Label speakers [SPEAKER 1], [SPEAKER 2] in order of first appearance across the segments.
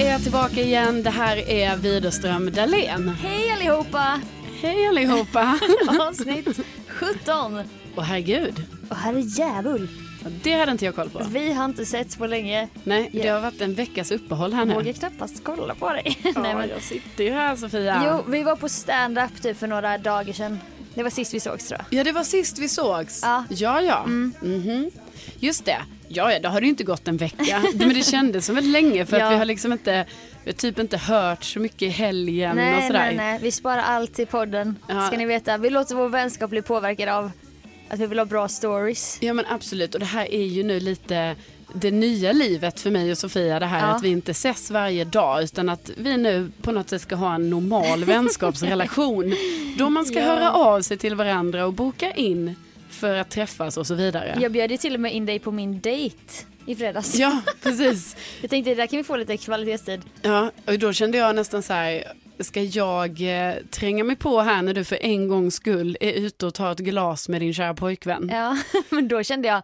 [SPEAKER 1] er tillbaka igen. Det här är Widerström Dahlén.
[SPEAKER 2] Hej allihopa!
[SPEAKER 1] Hej allihopa!
[SPEAKER 2] Avsnitt 17.
[SPEAKER 1] Och herregud,
[SPEAKER 2] Och här är djävul.
[SPEAKER 1] det hade inte jag koll på.
[SPEAKER 2] Vi har inte setts på länge.
[SPEAKER 1] Nej, det
[SPEAKER 2] Ja.
[SPEAKER 1] har varit en veckas uppehåll här
[SPEAKER 2] Vågar
[SPEAKER 1] nu.
[SPEAKER 2] knappast kolla på dig.
[SPEAKER 1] Ja,
[SPEAKER 2] Nej, men,
[SPEAKER 1] jag sitter ju här Sofia.
[SPEAKER 2] Jo, vi var på stand-up typ för några dagar sedan. Det var sist vi sågs tror jag.
[SPEAKER 1] Ja, det var sist vi sågs.
[SPEAKER 2] Ja. Mm.
[SPEAKER 1] ja. ja. Mhm. Just det. Ja, ja, då har det ju inte gått en vecka. Men det kändes som väldigt länge för
[SPEAKER 2] Ja.
[SPEAKER 1] att vi har liksom inte, vi har typ inte hört så mycket i helgen och
[SPEAKER 2] nej,
[SPEAKER 1] sådär.
[SPEAKER 2] nej, nej. Vi sparar allt till podden.
[SPEAKER 1] Ja.
[SPEAKER 2] Ska ni veta. Vi låter vår vänskap bli påverkad av att vi vill ha bra stories.
[SPEAKER 1] Ja men absolut och det här är ju nu lite det nya livet för mig och Sofia det här
[SPEAKER 2] Ja.
[SPEAKER 1] att vi inte ses varje dag utan att vi nu på något sätt ska ha en normal vänskapsrelation då man ska
[SPEAKER 2] Ja.
[SPEAKER 1] höra av sig till varandra och boka in för att träffas och så vidare.
[SPEAKER 2] Jag bjöd ju till och med in dig på min dejt i fredags.
[SPEAKER 1] Ja precis.
[SPEAKER 2] Jag tänkte där kan vi få lite kvalitetstid.
[SPEAKER 1] Ja, och då kände jag nästan så här ska jag eh, tränga mig på här när du för en gångs skull är ute och tar ett glas med din kära pojkvän.
[SPEAKER 2] Ja, men då kände jag,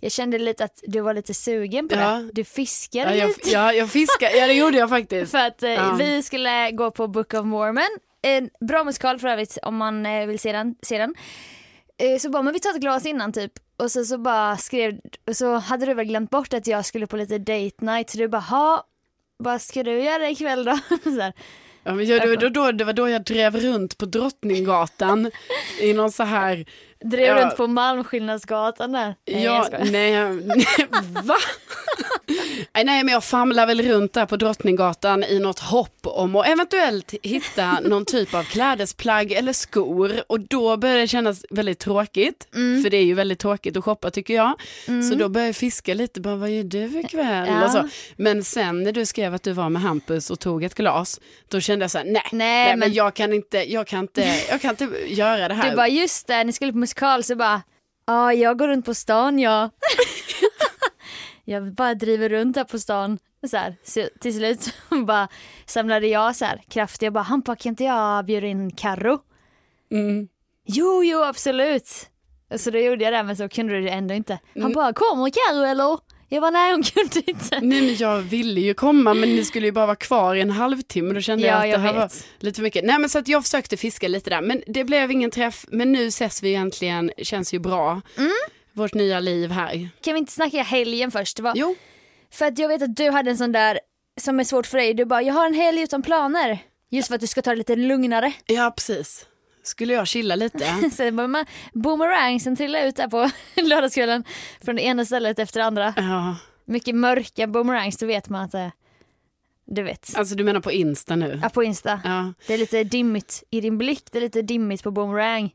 [SPEAKER 2] jag kände lite att du var lite sugen på
[SPEAKER 1] Ja.
[SPEAKER 2] det. Du fiskade
[SPEAKER 1] jag,
[SPEAKER 2] lite.
[SPEAKER 1] ja, jag fiskar, ja det gjorde jag faktiskt.
[SPEAKER 2] För att eh,
[SPEAKER 1] Ja.
[SPEAKER 2] vi skulle gå på Book of Mormon. En bra musikal för övrigt om man eh, vill se den. Se den. Eh, så bara, men vi tar ett glas innan typ. Och så, så bara skrev, och så hade du väl glömt bort att jag skulle på lite date night. Så du bara, ha, vad ska du göra ikväll då? så här.
[SPEAKER 1] Ja, men jag, det, var då, då, det var då jag drev runt på Drottninggatan i någon så här...
[SPEAKER 2] Drev
[SPEAKER 1] Ja.
[SPEAKER 2] runt på Malmskillnadsgatan där. Nej, jag
[SPEAKER 1] ja,
[SPEAKER 2] skojar.
[SPEAKER 1] nej, jag- nej, va? Nej, nej, men jag famlar väl runt där på Drottninggatan i något hopp om att eventuellt hitta någon typ av klädesplagg eller skor. Och då började det kännas väldigt tråkigt, för det är ju väldigt tråkigt att shoppa tycker jag. Så då började jag fiska lite, bara, vad gör du ikväll?
[SPEAKER 2] Ja.
[SPEAKER 1] Och så. Men sen när du skrev att du var med Hampus och tog ett glas, då kände jag så här, nej,
[SPEAKER 2] Nej,
[SPEAKER 1] nej men...
[SPEAKER 2] men-
[SPEAKER 1] jag, kan inte, jag, kan inte, jag kan inte göra det här.
[SPEAKER 2] Du bara just det, ni skulle på musikal så bara ja jag går runt på stan jag. jag bara driver runt här på stan. Så här, så till slut så bara samlade jag så här kraftiga bara Hampa kan inte jag bjuda in Karo?
[SPEAKER 1] Mm.
[SPEAKER 2] Jo jo absolut. Så då gjorde jag det men så kunde du det ändå inte. Han bara kommer Karo eller? Jag bara nej hon kunde inte.
[SPEAKER 1] Nej men jag ville ju komma men ni skulle ju bara vara kvar i en halvtimme. Då kände
[SPEAKER 2] Ja,
[SPEAKER 1] jag att
[SPEAKER 2] jag
[SPEAKER 1] det här
[SPEAKER 2] vet.
[SPEAKER 1] var lite för mycket. Nej men så att jag försökte fiska lite där men det blev ingen träff. Men nu ses vi äntligen, känns ju bra.
[SPEAKER 2] Mm.
[SPEAKER 1] Vårt nya liv här.
[SPEAKER 2] Kan vi inte snacka helgen först? Vad-
[SPEAKER 1] Jo,
[SPEAKER 2] För att jag vet att du hade en sån där som är svårt för dig. Du bara jag har en helg utan planer. Just för att du ska ta det lite lugnare.
[SPEAKER 1] ja precis. Skulle jag chilla lite?
[SPEAKER 2] Så det var man boomerangsen trillade ut där på lördagskvällen från det ena stället efter det andra.
[SPEAKER 1] ja,
[SPEAKER 2] Mycket mörka boomerangs, då vet man att det, du vet.
[SPEAKER 1] alltså du menar på Insta nu?
[SPEAKER 2] Ja, på Insta.
[SPEAKER 1] Ja.
[SPEAKER 2] Det är lite dimmigt i din blick, det är lite dimmigt på boomerang.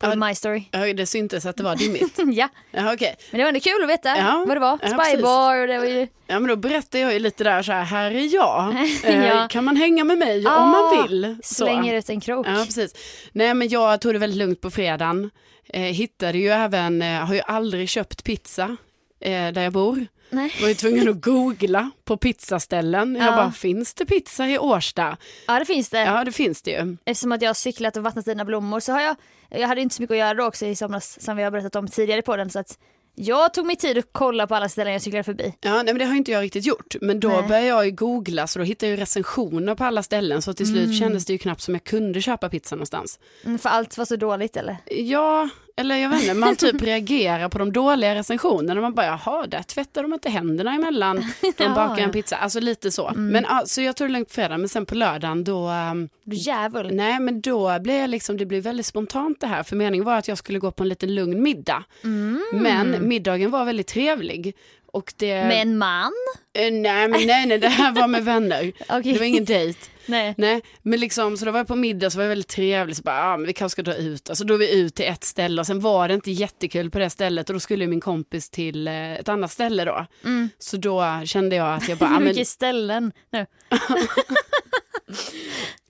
[SPEAKER 2] På
[SPEAKER 1] Ja.
[SPEAKER 2] My Story.
[SPEAKER 1] ja. Det syntes att det var dimmigt.
[SPEAKER 2] ja,
[SPEAKER 1] Ja okej.
[SPEAKER 2] men det var ändå kul att veta
[SPEAKER 1] Ja,
[SPEAKER 2] vad det var.
[SPEAKER 1] ja,
[SPEAKER 2] Spybar och det var ju...
[SPEAKER 1] Ja men då berättar jag ju lite där så här, här är jag.
[SPEAKER 2] Ja.
[SPEAKER 1] eh, kan man hänga med mig om
[SPEAKER 2] Ah,
[SPEAKER 1] man vill? Så.
[SPEAKER 2] Slänger ut en krok.
[SPEAKER 1] Ja, precis. Nej, men jag tog det väldigt lugnt på fredagen. Eh, hittade ju även, eh, har ju aldrig köpt pizza eh, där jag bor.
[SPEAKER 2] Nej.
[SPEAKER 1] Var ju tvungen att googla på pizzaställen. Jag
[SPEAKER 2] Ja.
[SPEAKER 1] bara, finns det pizza i Årsta?
[SPEAKER 2] ja, det finns det.
[SPEAKER 1] Ja, det finns det ju.
[SPEAKER 2] Eftersom att jag har cyklat och vattnat dina blommor så har jag, jag hade inte så mycket att göra då också i somras som vi har berättat om tidigare på den så att jag tog mig tid att kolla på alla ställen jag cyklade förbi.
[SPEAKER 1] Ja, nej, men det har ju inte jag riktigt gjort. Men då
[SPEAKER 2] Nej.
[SPEAKER 1] började jag ju googla, så då hittade jag ju recensioner på alla ställen. Så till slut kändes det ju knappt som jag kunde köpa pizza någonstans.
[SPEAKER 2] Mm, för allt var så dåligt eller?
[SPEAKER 1] Ja, eller jag vet inte, man typ reagerar på de dåliga recensionerna. Man bara, jaha, där tvättar de inte händerna emellan. De
[SPEAKER 2] Ja.
[SPEAKER 1] bakar en pizza, alltså lite så. Men, ja, så jag tog det lugnt på fredagen, men sen på lördagen då, ehm,
[SPEAKER 2] Du djävul.
[SPEAKER 1] nej men då blev jag liksom, det blev väldigt spontant det här. För meningen var att jag skulle gå på en liten lugn middag. Men middagen var väldigt trevlig. Och det,
[SPEAKER 2] Med en man?
[SPEAKER 1] Eh, nej, men nej, nej, det här var med vänner.
[SPEAKER 2] Okej.
[SPEAKER 1] Det var ingen dejt.
[SPEAKER 2] Nej.
[SPEAKER 1] Nej, men liksom, så då var jag på middag så var det väldigt trevligt, så bara, ah, men vi kanske ska dra ut. Alltså då är vi ut till ett ställe och sen var det inte jättekul på det stället och då skulle ju min kompis till eh, ett annat ställe då.
[SPEAKER 2] Mm.
[SPEAKER 1] Så då kände jag att jag bara, ah, men,
[SPEAKER 2] Mycket ställen nu.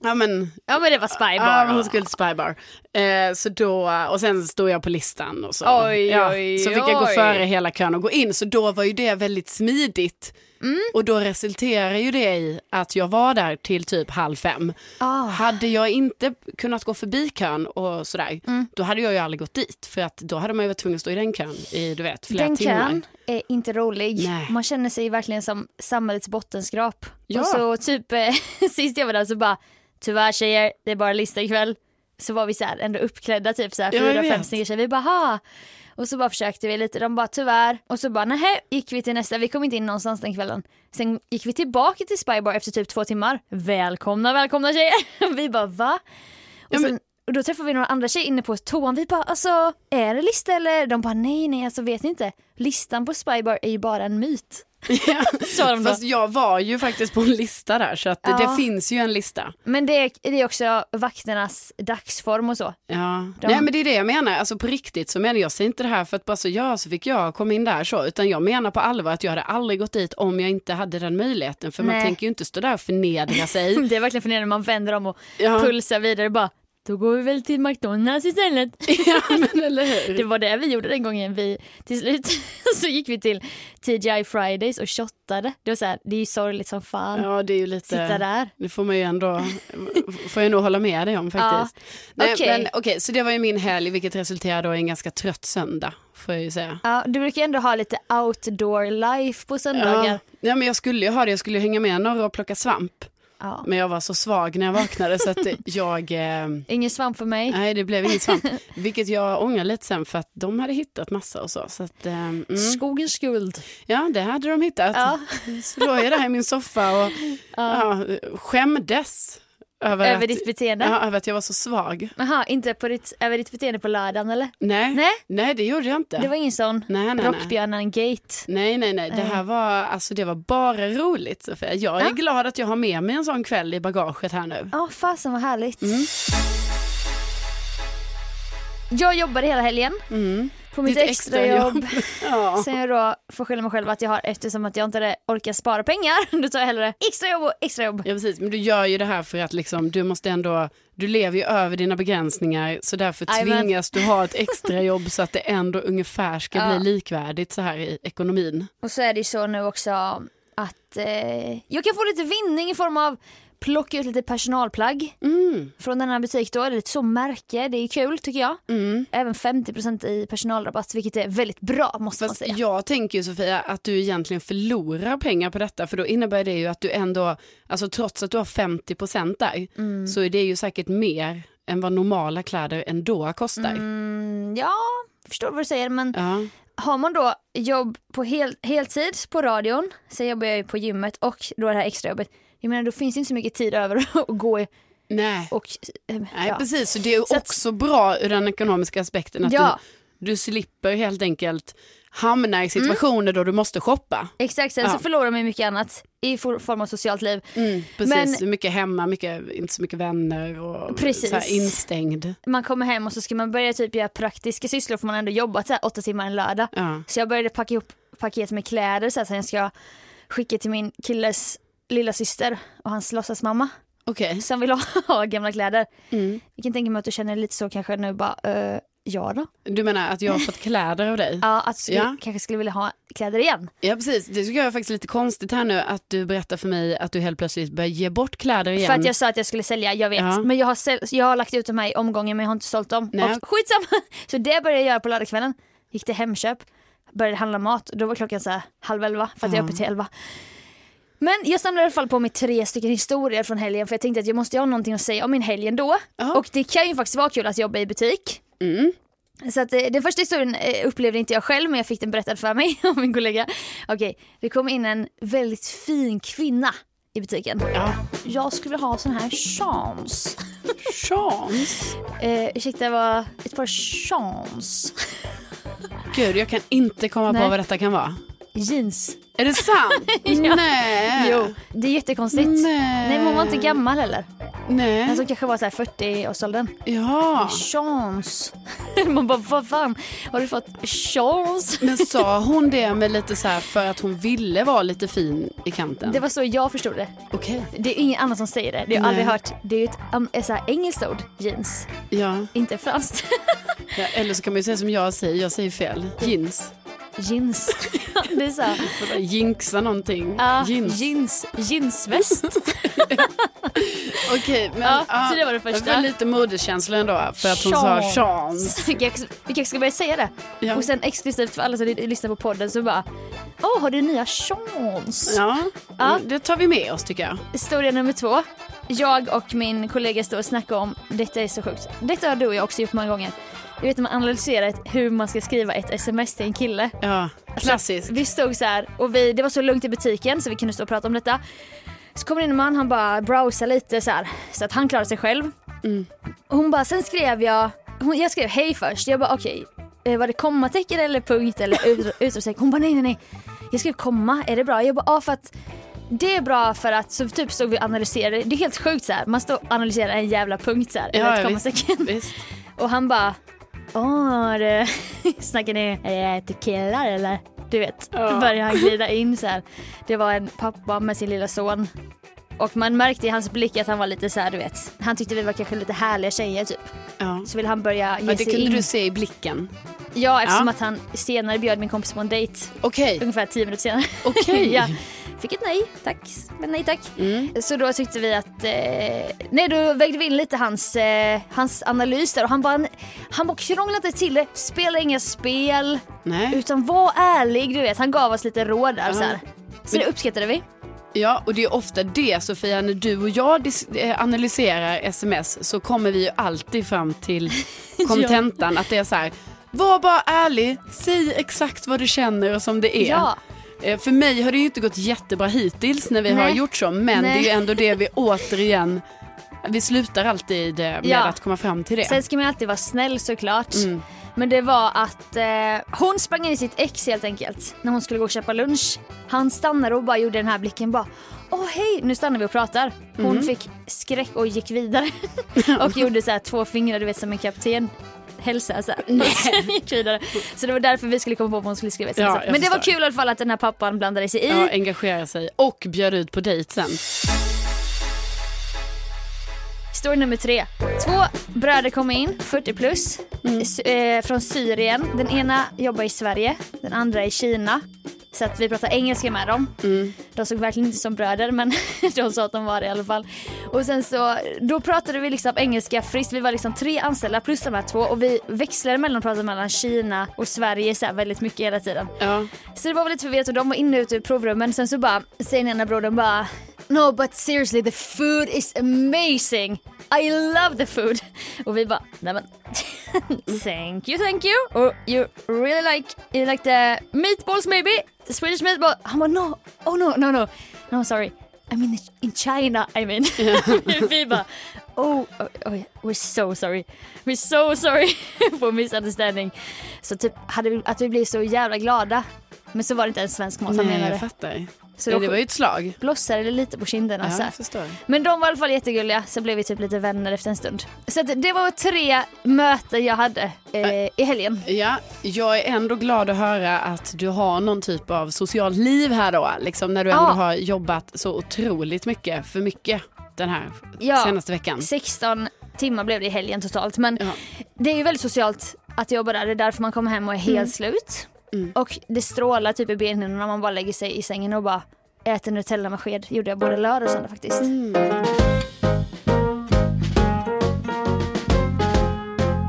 [SPEAKER 1] ja men,
[SPEAKER 2] Ja men det
[SPEAKER 1] ja, men
[SPEAKER 2] var spybar.
[SPEAKER 1] hon skulle till Spybar. Eh, så då, och sen stod jag på listan och så.
[SPEAKER 2] Oj,
[SPEAKER 1] ja,
[SPEAKER 2] oj,
[SPEAKER 1] så fick jag gå
[SPEAKER 2] oj.
[SPEAKER 1] före hela kön och gå in, så då var ju det väldigt smidigt.
[SPEAKER 2] Mm.
[SPEAKER 1] Och då resulterar ju det i att jag var där till typ halv fem.
[SPEAKER 2] Ah.
[SPEAKER 1] Hade jag inte kunnat gå förbi kön och sådär,
[SPEAKER 2] Mm.
[SPEAKER 1] då hade jag ju aldrig gått dit. För att då hade man ju varit tvungen att stå i den kön i du vet, flera
[SPEAKER 2] Den
[SPEAKER 1] timmar.
[SPEAKER 2] kön är inte rolig.
[SPEAKER 1] Nej.
[SPEAKER 2] Man känner sig verkligen som samhällets bottenskrap.
[SPEAKER 1] Ja.
[SPEAKER 2] Och så typ eh, sist jag var där så bara, tyvärr tjejer, det är bara lista ikväll. Så var vi så här ändå uppklädda typ så här
[SPEAKER 1] Ja, jag
[SPEAKER 2] fyra, fem
[SPEAKER 1] vet.
[SPEAKER 2] snygga tjejer. Vi bara, ha. Och så bara försökte vi lite, de bara tyvärr. Och så bara, nej gick vi till nästa, vi kom inte in någonstans den kvällen. Sen gick vi tillbaka till Spybar efter typ två timmar. Välkomna, välkomna tjejer. Vi bara, va? Och,
[SPEAKER 1] Ja, men-
[SPEAKER 2] sen, och då träffade vi några andra tjejer inne på toan. Vi bara, alltså är det lista eller? De bara, nej nej alltså vet ni inte. Listan på Spybar är ju bara en myt. Sa de då.
[SPEAKER 1] Fast jag var ju faktiskt på en lista där så att det,
[SPEAKER 2] Ja.
[SPEAKER 1] det finns ju en lista.
[SPEAKER 2] Men det är, det är också vakternas dagsform och så.
[SPEAKER 1] Ja.
[SPEAKER 2] De-
[SPEAKER 1] Nej men det är det jag menar, alltså på riktigt så menar jag, jag säger inte det här för att bara så ja så fick jag komma in där så, utan jag menar på allvar att jag hade aldrig gått dit om jag inte hade den möjligheten för man
[SPEAKER 2] Nej.
[SPEAKER 1] tänker ju inte stå där och förnedra sig.
[SPEAKER 2] Det är verkligen förnedrande, man vänder om och
[SPEAKER 1] Ja.
[SPEAKER 2] pulsar vidare bara, då går vi väl till McDonalds istället.
[SPEAKER 1] ja men eller hur.
[SPEAKER 2] Det var det vi gjorde den gången vi till slut så gick vi till TGI Fridays och shottade. Det var så här, det är ju sorgligt som fan.
[SPEAKER 1] Ja det är ju lite,
[SPEAKER 2] Sitta där.
[SPEAKER 1] det får man ju ändå, får jag nog hålla med dig om faktiskt. Nej,
[SPEAKER 2] Okej.
[SPEAKER 1] men, okej, så det var ju min helg vilket resulterade då i en ganska trött söndag får jag ju säga.
[SPEAKER 2] Ja, du brukar ändå ha lite outdoor life på
[SPEAKER 1] Ja,
[SPEAKER 2] söndagar.
[SPEAKER 1] ja, men jag skulle ju ha det, jag skulle ju hänga med några och plocka svamp.
[SPEAKER 2] Ja.
[SPEAKER 1] Men jag var så svag när jag vaknade så att eh, jag, eh,
[SPEAKER 2] Ingen svamp för mig.
[SPEAKER 1] nej det blev inget svamp. Vilket jag ångrar lite sen för att de hade hittat massa och så. så att, eh, mm.
[SPEAKER 2] Skogens skuld.
[SPEAKER 1] Ja det hade de hittat.
[SPEAKER 2] Ja.
[SPEAKER 1] Så låg jag där i min soffa och ja. skämdes över,
[SPEAKER 2] Över
[SPEAKER 1] att,
[SPEAKER 2] ditt beteende?
[SPEAKER 1] ja, över att jag var så svag.
[SPEAKER 2] Aha, inte på ditt, över ditt beteende på lördagen eller?
[SPEAKER 1] Nej,
[SPEAKER 2] Nej.
[SPEAKER 1] det gjorde jag inte.
[SPEAKER 2] Det var ingen sån
[SPEAKER 1] Nej, nej, nej.
[SPEAKER 2] Rockbjörnen-gate.
[SPEAKER 1] Nej, nej, nej. Det här var, alltså, det var bara roligt Sofia. Jag är
[SPEAKER 2] Ja.
[SPEAKER 1] glad att jag har med mig en sån kväll i bagaget här nu.
[SPEAKER 2] Ja, fasen vad härligt.
[SPEAKER 1] Mm.
[SPEAKER 2] Jag jobbade hela helgen
[SPEAKER 1] Mm.
[SPEAKER 2] på mitt
[SPEAKER 1] Ditt
[SPEAKER 2] extrajobb.
[SPEAKER 1] extrajobb. Ja.
[SPEAKER 2] Sen jag då får skylla mig själv att jag har eftersom att jag inte hade- orkar spara pengar. Då tar jag hellre extrajobb och extrajobb.
[SPEAKER 1] Ja precis, men du gör ju det här för att liksom, du måste ändå, du lever ju över dina begränsningar så därför
[SPEAKER 2] Jajamän.
[SPEAKER 1] tvingas du ha ett extrajobb så att det ändå ungefär ska
[SPEAKER 2] Ja.
[SPEAKER 1] bli likvärdigt så här i ekonomin.
[SPEAKER 2] Och så är det ju så nu också att eh, jag kan få lite vinning i form av plocka ut lite personalplagg
[SPEAKER 1] Mm,
[SPEAKER 2] från denna butik då. Det är lite så märke, det är kul tycker jag.
[SPEAKER 1] mm.
[SPEAKER 2] Även 50% i personalrabatt vilket är väldigt bra måste man
[SPEAKER 1] Fast
[SPEAKER 2] säga.
[SPEAKER 1] jag tänker ju Sofia att du egentligen förlorar pengar på detta för då innebär det ju att du ändå, alltså trots att du har 50% där
[SPEAKER 2] Mm.
[SPEAKER 1] så är det ju säkert mer än vad normala kläder ändå kostar.
[SPEAKER 2] Mm, ja, förstår vad du säger men
[SPEAKER 1] Ja.
[SPEAKER 2] har man då jobb på hel, heltid på radion, sen jobbar jag ju på gymmet och då det här extrajobbet. Jag menar då finns det inte så mycket tid över att gå i-
[SPEAKER 1] Nej.
[SPEAKER 2] och... eh,
[SPEAKER 1] Nej,
[SPEAKER 2] ja.
[SPEAKER 1] precis. Så det är ju
[SPEAKER 2] Så att-
[SPEAKER 1] också bra ur den ekonomiska aspekten att
[SPEAKER 2] Ja.
[SPEAKER 1] du, du slipper helt enkelt hamna i situationer
[SPEAKER 2] Mm.
[SPEAKER 1] då du måste shoppa.
[SPEAKER 2] Exakt, sen
[SPEAKER 1] Ja.
[SPEAKER 2] så förlorar man ju mycket annat i for- form av socialt liv.
[SPEAKER 1] Mm, Precis, mycket hemma, mycket, inte så mycket vänner och
[SPEAKER 2] Precis.
[SPEAKER 1] Så här instängd.
[SPEAKER 2] Man kommer hem och så ska man börja typ göra praktiska sysslor för man har ändå jobbat så här åtta timmar en lördag.
[SPEAKER 1] Ja.
[SPEAKER 2] Så jag började packa ihop paket med kläder så här, som jag ska skicka till min killes lilla syster och hans låtsasmamma
[SPEAKER 1] Okej.
[SPEAKER 2] som vill ha, ha gamla kläder.
[SPEAKER 1] Mm.
[SPEAKER 2] Jag kan tänka mig att du känner lite så kanske nu bara, uh, ja då?
[SPEAKER 1] Du menar att jag har fått kläder av dig?
[SPEAKER 2] Ja, att du skulle,
[SPEAKER 1] Ja.
[SPEAKER 2] kanske skulle vilja ha kläder igen.
[SPEAKER 1] Ja precis, det tycker jag är faktiskt lite konstigt här nu att du berättar för mig att du helt plötsligt börjar ge bort kläder igen.
[SPEAKER 2] För att jag sa att jag skulle sälja, jag vet.
[SPEAKER 1] Ja.
[SPEAKER 2] Men jag har, säl- jag har lagt ut dem här i omgången men jag har inte sålt dem.
[SPEAKER 1] Nej.
[SPEAKER 2] Och, skitsamma! Så det började jag göra på lördagskvällen. Gick till Hemköp, började handla mat. Då var klockan så här halv elva för att jag är
[SPEAKER 1] Ja.
[SPEAKER 2] uppe till elva. Men jag samlade i alla fall på mig tre stycken historier från helgen för jag tänkte att jag måste ju ha någonting att säga om min helg ändå.
[SPEAKER 1] Ja.
[SPEAKER 2] Och det kan ju faktiskt vara kul att jobba i butik.
[SPEAKER 1] Mm.
[SPEAKER 2] Så att, eh, den första historien eh, upplevde inte jag själv men jag fick den berättad för mig av min kollega. Okej, det kom in en väldigt fin kvinna i butiken.
[SPEAKER 1] Ja.
[SPEAKER 2] Jag skulle vilja ha sån här chans.
[SPEAKER 1] Chans?
[SPEAKER 2] Eh, ursäkta, det var ett par chans.
[SPEAKER 1] Gud, jag kan inte komma
[SPEAKER 2] Nej.
[SPEAKER 1] på vad detta kan vara.
[SPEAKER 2] Jeans.
[SPEAKER 1] Är det sant? Nej.
[SPEAKER 2] Jo, Eh. det är jättekonstigt.
[SPEAKER 1] Nej.
[SPEAKER 2] Nej, men hon var inte gammal heller.
[SPEAKER 1] Nej.
[SPEAKER 2] Alltså, hon kanske var så här 40-årsåldern.
[SPEAKER 1] Ja.
[SPEAKER 2] Chans. Man bara, vad fan, har du fått chans?
[SPEAKER 1] Men sa hon det med lite så här för att hon ville vara lite fin i kanten?
[SPEAKER 2] Det var så jag förstod det.
[SPEAKER 1] Okej.
[SPEAKER 2] Det är ingen annan som säger det. Det har jag
[SPEAKER 1] Nej.
[SPEAKER 2] aldrig hört. Det är ju ett um, ett så här engelskt ord, jeans.
[SPEAKER 1] Ja.
[SPEAKER 2] Inte franskt.
[SPEAKER 1] ja. Eller så kan man ju säga som jag säger, jag säger fel. Jeans.
[SPEAKER 2] Jeans. du sa.
[SPEAKER 1] Vadå, Jinxa någonting.
[SPEAKER 2] Ja,
[SPEAKER 1] Jeans.
[SPEAKER 2] jeans. Jeansväst.
[SPEAKER 1] Okej, men
[SPEAKER 2] Ja,
[SPEAKER 1] ja,
[SPEAKER 2] så det var det
[SPEAKER 1] jag
[SPEAKER 2] första.
[SPEAKER 1] får lite modekänsla ändå för att hon sa
[SPEAKER 2] Chans.
[SPEAKER 1] chans.
[SPEAKER 2] Vi kanske vi kanske ska börja säga det.
[SPEAKER 1] Ja.
[SPEAKER 2] Och sen exklusivt för alla som li- lyssnar på podden så bara Åh, har du nya chans?
[SPEAKER 1] Ja, mm,
[SPEAKER 2] Ja.
[SPEAKER 1] det tar vi med oss tycker jag.
[SPEAKER 2] Historia nummer två. Jag och min kollega står och snackar om, detta är så sjukt. Detta har du och jag också gjort många gånger. Jag vet att man analyserar ett- hur man ska skriva ett sms till en kille.
[SPEAKER 1] Ja,
[SPEAKER 2] Alltså-
[SPEAKER 1] klassisk.
[SPEAKER 2] Vi stod så här och vi, det var så lugnt i butiken så vi kunde stå och prata om detta. Så kommer det in en man, han bara browsar lite så här så att han klarar sig själv.
[SPEAKER 1] Mm.
[SPEAKER 2] Och hon bara, sen skrev jag, hon, jag skrev hej först. Jag bara okej, eh, var det kommatecken eller punkt eller ut- utropstecken? Hon bara nej nej nej. Jag skrev komma, är det bra? Jag bara ja för att det är bra för att så typ stod vi och analyserade, det är helt sjukt så här. man står och analyserar en jävla punkt så här, eller
[SPEAKER 1] Ja,
[SPEAKER 2] ett
[SPEAKER 1] ja,
[SPEAKER 2] kommatecken.
[SPEAKER 1] Visst.
[SPEAKER 2] Och han bara, åh du, snackar ni, är det till killar eller? Du vet, då börjar han glida in så här. Det var en pappa med sin lilla son. Och man märkte i hans blick att han var lite så här, du vet. Han tyckte vi var kanske lite härliga tjejer typ.
[SPEAKER 1] Ja.
[SPEAKER 2] Så ville han börja ge
[SPEAKER 1] Ja, det
[SPEAKER 2] sig
[SPEAKER 1] kunde
[SPEAKER 2] in.
[SPEAKER 1] du se i blicken.
[SPEAKER 2] Ja, eftersom
[SPEAKER 1] Ja.
[SPEAKER 2] att han senare bjöd min kompis på en dejt.
[SPEAKER 1] Okej,
[SPEAKER 2] Ungefär tio minuter senare.
[SPEAKER 1] okej.
[SPEAKER 2] ja. Fick ett nej, tack. Men nej tack.
[SPEAKER 1] Mm.
[SPEAKER 2] Så då tyckte vi att, eh, nej då vägde vi in lite hans, eh, hans analys där och han bara, han bara krångla inte till det, spela inga spel,
[SPEAKER 1] Nej.
[SPEAKER 2] utan var ärlig du vet. Han gav oss lite råd där
[SPEAKER 1] Ja.
[SPEAKER 2] så här. Så det uppskattade vi.
[SPEAKER 1] Ja, och det är ofta det Sofia, när du och jag dis- eh, analyserar sms så kommer vi ju alltid fram till kontentan att det är så här, var bara ärlig, säg exakt vad du känner och som det är.
[SPEAKER 2] Ja,
[SPEAKER 1] Eh, För mig har det ju inte gått jättebra hittills när vi har
[SPEAKER 2] Nej.
[SPEAKER 1] gjort så, men
[SPEAKER 2] Nej.
[SPEAKER 1] det är ju ändå det vi återigen, vi slutar alltid eh, med
[SPEAKER 2] Ja.
[SPEAKER 1] att komma fram till det.
[SPEAKER 2] sen ska man alltid vara snäll såklart.
[SPEAKER 1] Mm.
[SPEAKER 2] Men det var att eh, hon sprang in i sitt ex helt enkelt när hon skulle gå och köpa lunch. Han stannade och bara gjorde den här blicken bara Åh hej, nu stannar vi och pratar. Hon
[SPEAKER 1] Mm.
[SPEAKER 2] fick skräck och gick vidare. och gjorde så här två fingrar, du vet som en kapten. Hälsa så här. Och sen gick vidare. Så det var därför vi skulle komma på vad hon skulle skriva ett
[SPEAKER 1] Ja,
[SPEAKER 2] sms.
[SPEAKER 1] jag
[SPEAKER 2] Men det var
[SPEAKER 1] förstår.
[SPEAKER 2] kul i alla fall att den här pappan blandade sig i.
[SPEAKER 1] Ja, engagera sig och bjöd ut på dejt sen.
[SPEAKER 2] Story nummer tre. Två bröder kom in, 40 plus, s- eh, från Syrien. Den ena jobbar i Sverige, den andra i Kina. Så att vi pratar engelska med dem. De såg verkligen inte som bröder men de sa att de var det i alla fall. Och sen så, då pratade vi liksom engelska friskt. Vi var liksom tre anställda plus de här två och vi växlade mellan att prata mellan Kina och Sverige så här väldigt mycket hela tiden.
[SPEAKER 1] Ja.
[SPEAKER 2] Så det var väl lite förvirrat och de var inne och ute ur provrummen. Sen så bara säger den ena brodern bara No but seriously the food is amazing. I love the food. Och vi bara nej men thank you thank you. Och you really like you like the meatballs maybe? The Swedish meatball. Han bara no oh no no no no sorry. I mean in China I mean. vi bara oh, oh, oh yeah. we're so sorry. We're so sorry for misunderstanding. Så typ hade vi, att vi blev så jävla glada. Men så var det inte en svensk mat han
[SPEAKER 1] Nej, jag
[SPEAKER 2] menade.
[SPEAKER 1] fattar.
[SPEAKER 2] Så
[SPEAKER 1] Ja, det
[SPEAKER 2] då
[SPEAKER 1] var ju ett slag.
[SPEAKER 2] blossade det lite på kinderna.
[SPEAKER 1] Ja,
[SPEAKER 2] så här.
[SPEAKER 1] jag förstår.
[SPEAKER 2] Men de var i alla fall jättegulliga, så blev vi typ lite vänner efter en stund. Så att det var tre möten jag hade eh, i helgen.
[SPEAKER 1] Ja, jag är ändå glad att höra att du har någon typ av socialt liv här då, liksom när du ändå
[SPEAKER 2] Ja.
[SPEAKER 1] har jobbat så otroligt mycket, för mycket den här
[SPEAKER 2] Ja.
[SPEAKER 1] senaste veckan.
[SPEAKER 2] 16 timmar blev det i helgen totalt. Men
[SPEAKER 1] Ja.
[SPEAKER 2] det är ju väldigt socialt att jobba där. Det är därför man kommer hem och är helt
[SPEAKER 1] Mm.
[SPEAKER 2] slut. Och det strålar typ i benen när man bara lägger sig i sängen och bara äter Nutella med sked. gjorde jag både lördag och söndag faktiskt.
[SPEAKER 1] Mm.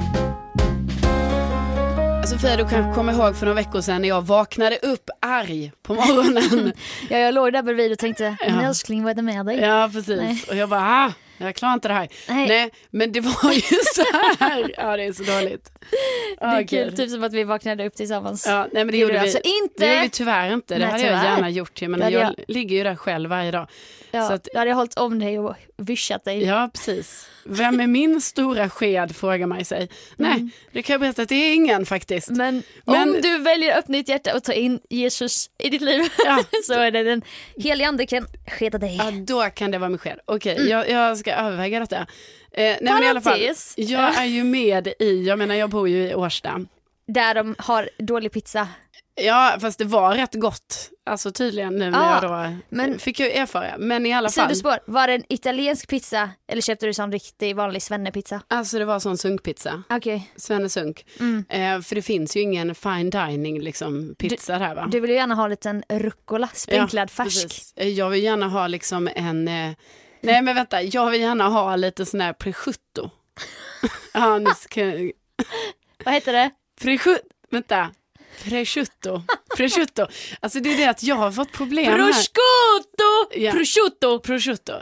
[SPEAKER 1] Sofia, Alltså, du kanske kommer ihåg för några veckor sedan när jag vaknade upp arg på morgonen.
[SPEAKER 2] Ja, jag låg där bredvid och tänkte,
[SPEAKER 1] Ja.
[SPEAKER 2] men älskling vad är det med dig?
[SPEAKER 1] Ja, precis.
[SPEAKER 2] Nej.
[SPEAKER 1] Och jag bara, ah, jag klarar inte det här.
[SPEAKER 2] Nej.
[SPEAKER 1] men det var ju så här. Ja, det är så dåligt.
[SPEAKER 2] det är kul, typ som att vi vaknade upp tillsammans.
[SPEAKER 1] Ah, Ja, nej, men det
[SPEAKER 2] Gjorde
[SPEAKER 1] gjorde
[SPEAKER 2] du
[SPEAKER 1] vi.
[SPEAKER 2] alltså inte?
[SPEAKER 1] Det gjorde vi tyvärr inte. Det
[SPEAKER 2] Nej,
[SPEAKER 1] hade jag
[SPEAKER 2] tyvärr.
[SPEAKER 1] gärna gjort. ju, Men
[SPEAKER 2] Det
[SPEAKER 1] jag,
[SPEAKER 2] hade
[SPEAKER 1] ligger ju där själv varje dag.
[SPEAKER 2] Ja,
[SPEAKER 1] Så att,
[SPEAKER 2] Då hade jag hållit om dig och vyschat dig.
[SPEAKER 1] ja, precis. Vem är min stora sked, frågar man ju sig. Nej,
[SPEAKER 2] Mm.
[SPEAKER 1] det kan jag berätta att det är ingen faktiskt.
[SPEAKER 2] Men, om
[SPEAKER 1] Men-
[SPEAKER 2] du väljer att öppna ditt hjärta och ta in Jesus i ditt liv
[SPEAKER 1] Ja.
[SPEAKER 2] så är det den helige ande kan skeda dig.
[SPEAKER 1] Ja, då kan det vara min sked. Okej,
[SPEAKER 2] Mm.
[SPEAKER 1] jag, jag ska överväga detta. Eh, nej, men i alla fall,
[SPEAKER 2] Parentes.
[SPEAKER 1] jag är ju med i, jag menar jag bor ju i Årsta.
[SPEAKER 2] Där de har dålig pizza.
[SPEAKER 1] Ja, fast det var rätt gott. Alltså tydligen nu när
[SPEAKER 2] Ja,
[SPEAKER 1] jag då
[SPEAKER 2] Ah, men-
[SPEAKER 1] fick ju erfara. Men i alla fall.
[SPEAKER 2] Sidospår, var det en italiensk pizza eller köpte du sån riktig vanlig svennepizza?
[SPEAKER 1] Alltså det var sån sunkpizza.
[SPEAKER 2] Okej,
[SPEAKER 1] Svennesunk.
[SPEAKER 2] Mm.
[SPEAKER 1] Eh, för det finns ju ingen fine dining liksom pizza där va?
[SPEAKER 2] du vill ju gärna ha en liten rucola, sprinklad färsk.
[SPEAKER 1] Precis. Eh, Jag vill gärna ha liksom en, eh, nej men vänta, jag vill gärna ha lite sån här prosciutto. ja, nu ska,
[SPEAKER 2] Vad heter det?
[SPEAKER 1] prosciutto, vänta, prosciutto, prosciutto. Alltså det är det att jag har fått problem här.
[SPEAKER 2] Prosciutto!
[SPEAKER 1] Ja.
[SPEAKER 2] Prosciutto!
[SPEAKER 1] Prosciutto.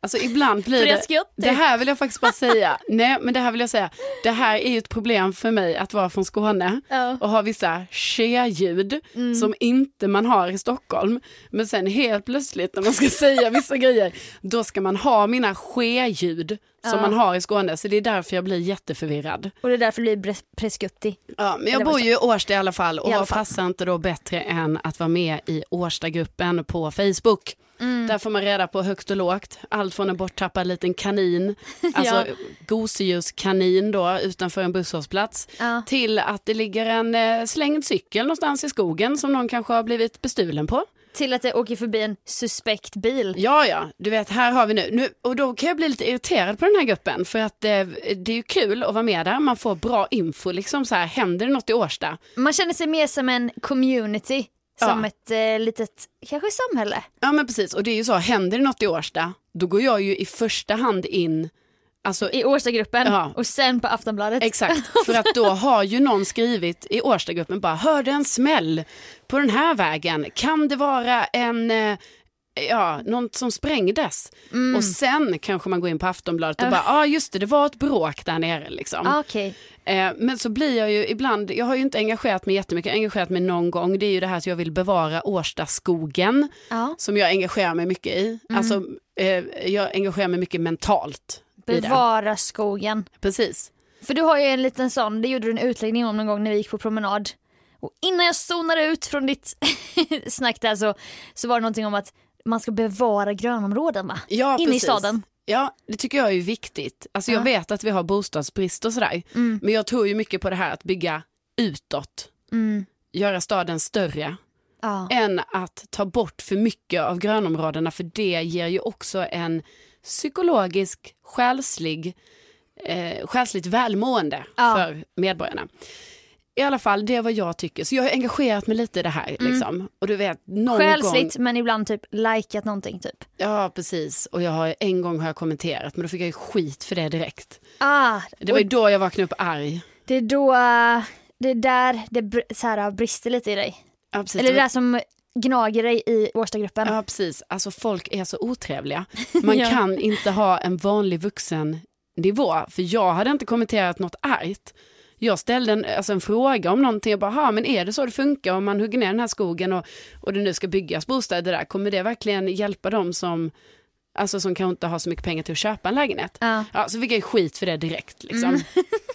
[SPEAKER 1] Alltså ibland blir det,
[SPEAKER 2] Prosciutto.
[SPEAKER 1] det här vill jag faktiskt bara säga, nej men det här vill jag säga, det här är ju ett problem för mig att vara från Skåne.
[SPEAKER 2] Ja.
[SPEAKER 1] och har vissa tjejljud som inte man har i Stockholm. Men sen helt plötsligt när man ska säga vissa grejer, då ska man ha mina ske-ljud som man har i Skåne. Så det är därför jag blir jätteförvirrad.
[SPEAKER 2] Och det är därför det blir pres- presciutti.
[SPEAKER 1] Ja, men
[SPEAKER 2] Eller
[SPEAKER 1] jag bor
[SPEAKER 2] vad
[SPEAKER 1] ju i Årsta i alla fall och
[SPEAKER 2] I alla
[SPEAKER 1] vad
[SPEAKER 2] fall.
[SPEAKER 1] passar inte då bättre än att vara med i Årstagruppen på Facebook.
[SPEAKER 2] Mm.
[SPEAKER 1] Där får man reda på högt och lågt, allt från en borttappad liten kanin, alltså
[SPEAKER 2] Ja.
[SPEAKER 1] gosedjurskanin då utanför en busshållplats,
[SPEAKER 2] Ja.
[SPEAKER 1] till att det ligger en eh, slängd cykel någonstans i skogen som någon kanske har blivit bestulen på.
[SPEAKER 2] Till att det åker förbi en suspekt bil.
[SPEAKER 1] Ja, ja, du vet, här har vi nu. nu och då kan jag bli lite irriterad på den här gruppen för att eh, det är ju kul att vara med där, man får bra info, liksom så här, händer det något i Årsta?
[SPEAKER 2] Man känner sig mer som en community. Som
[SPEAKER 1] Ja.
[SPEAKER 2] ett eh, litet, kanske samhälle.
[SPEAKER 1] Ja men precis, och det är ju så, händer det något i Årsta, då går jag ju i första hand in, alltså
[SPEAKER 2] I Årstagruppen
[SPEAKER 1] Ja.
[SPEAKER 2] och sen på Aftonbladet.
[SPEAKER 1] exakt, för att då har ju någon skrivit i Årstagruppen bara, hörde en smäll på den här vägen, kan det vara en eh, Ja, någon som sprängdes. Och sen kanske man går in på Aftonbladet och bara, ja ah, just det, det var ett bråk där nere liksom.
[SPEAKER 2] Ah, Okej.
[SPEAKER 1] Eh, men så blir jag ju ibland, jag har ju inte engagerat mig jättemycket, jag har engagerat mig någon gång, det är ju det här att jag vill bevara Årstaskogen
[SPEAKER 2] Ja.
[SPEAKER 1] som jag engagerar mig mycket i.
[SPEAKER 2] Mm.
[SPEAKER 1] Alltså, eh, jag engagerar mig mycket mentalt i det.
[SPEAKER 2] Bevara skogen.
[SPEAKER 1] Precis.
[SPEAKER 2] För du har ju en liten sån, det gjorde du en utläggning om någon gång när vi gick på promenad. Och innan jag zonade ut från ditt snack där så, så var det någonting om att man ska bevara grönområden va?
[SPEAKER 1] Ja,
[SPEAKER 2] Inne i
[SPEAKER 1] precis.
[SPEAKER 2] staden.
[SPEAKER 1] Ja, det tycker jag är viktigt. Alltså, Jag
[SPEAKER 2] Ja.
[SPEAKER 1] vet att vi har bostadsbrist och sådär, men jag tror ju mycket på det här att bygga utåt,
[SPEAKER 2] Mm.
[SPEAKER 1] göra staden större,
[SPEAKER 2] Ja.
[SPEAKER 1] än att ta bort för mycket av grönområdena, för det ger ju också en psykologisk, själslig, eh, själsligt välmående
[SPEAKER 2] Ja.
[SPEAKER 1] för medborgarna. I alla fall, det är vad jag tycker. Så jag har engagerat mig lite i det här. Liksom. Och du vet, någon gång...
[SPEAKER 2] Mm. Själsligt men ibland typ likat någonting typ.
[SPEAKER 1] Ja, precis. Och jag har, en gång har jag kommenterat, men då fick jag ju skit för det direkt.
[SPEAKER 2] Ah,
[SPEAKER 1] Det var ju då jag vaknade upp arg.
[SPEAKER 2] det är då, eh, det är där det br- så här, brister lite i dig.
[SPEAKER 1] Ja, precis.
[SPEAKER 2] Eller
[SPEAKER 1] Det
[SPEAKER 2] det
[SPEAKER 1] var-
[SPEAKER 2] där som gnager dig i Årstagruppen.
[SPEAKER 1] Ja, precis. Alltså folk är så otrevliga. Man
[SPEAKER 2] Ja.
[SPEAKER 1] kan inte ha en vanlig vuxen nivå. För jag hade inte kommenterat något argt. Jag ställde en, alltså en fråga om någonting. Jag bara, "Ha, men är det så det funkar om man hugger ner den här skogen och, och det nu ska byggas bostäder där? Kommer det verkligen hjälpa dem som, alltså som kanske inte har så mycket pengar till att köpa en lägenhet?
[SPEAKER 2] Ja. Mm.
[SPEAKER 1] Ja, så fick jag ju skit för det direkt. Liksom.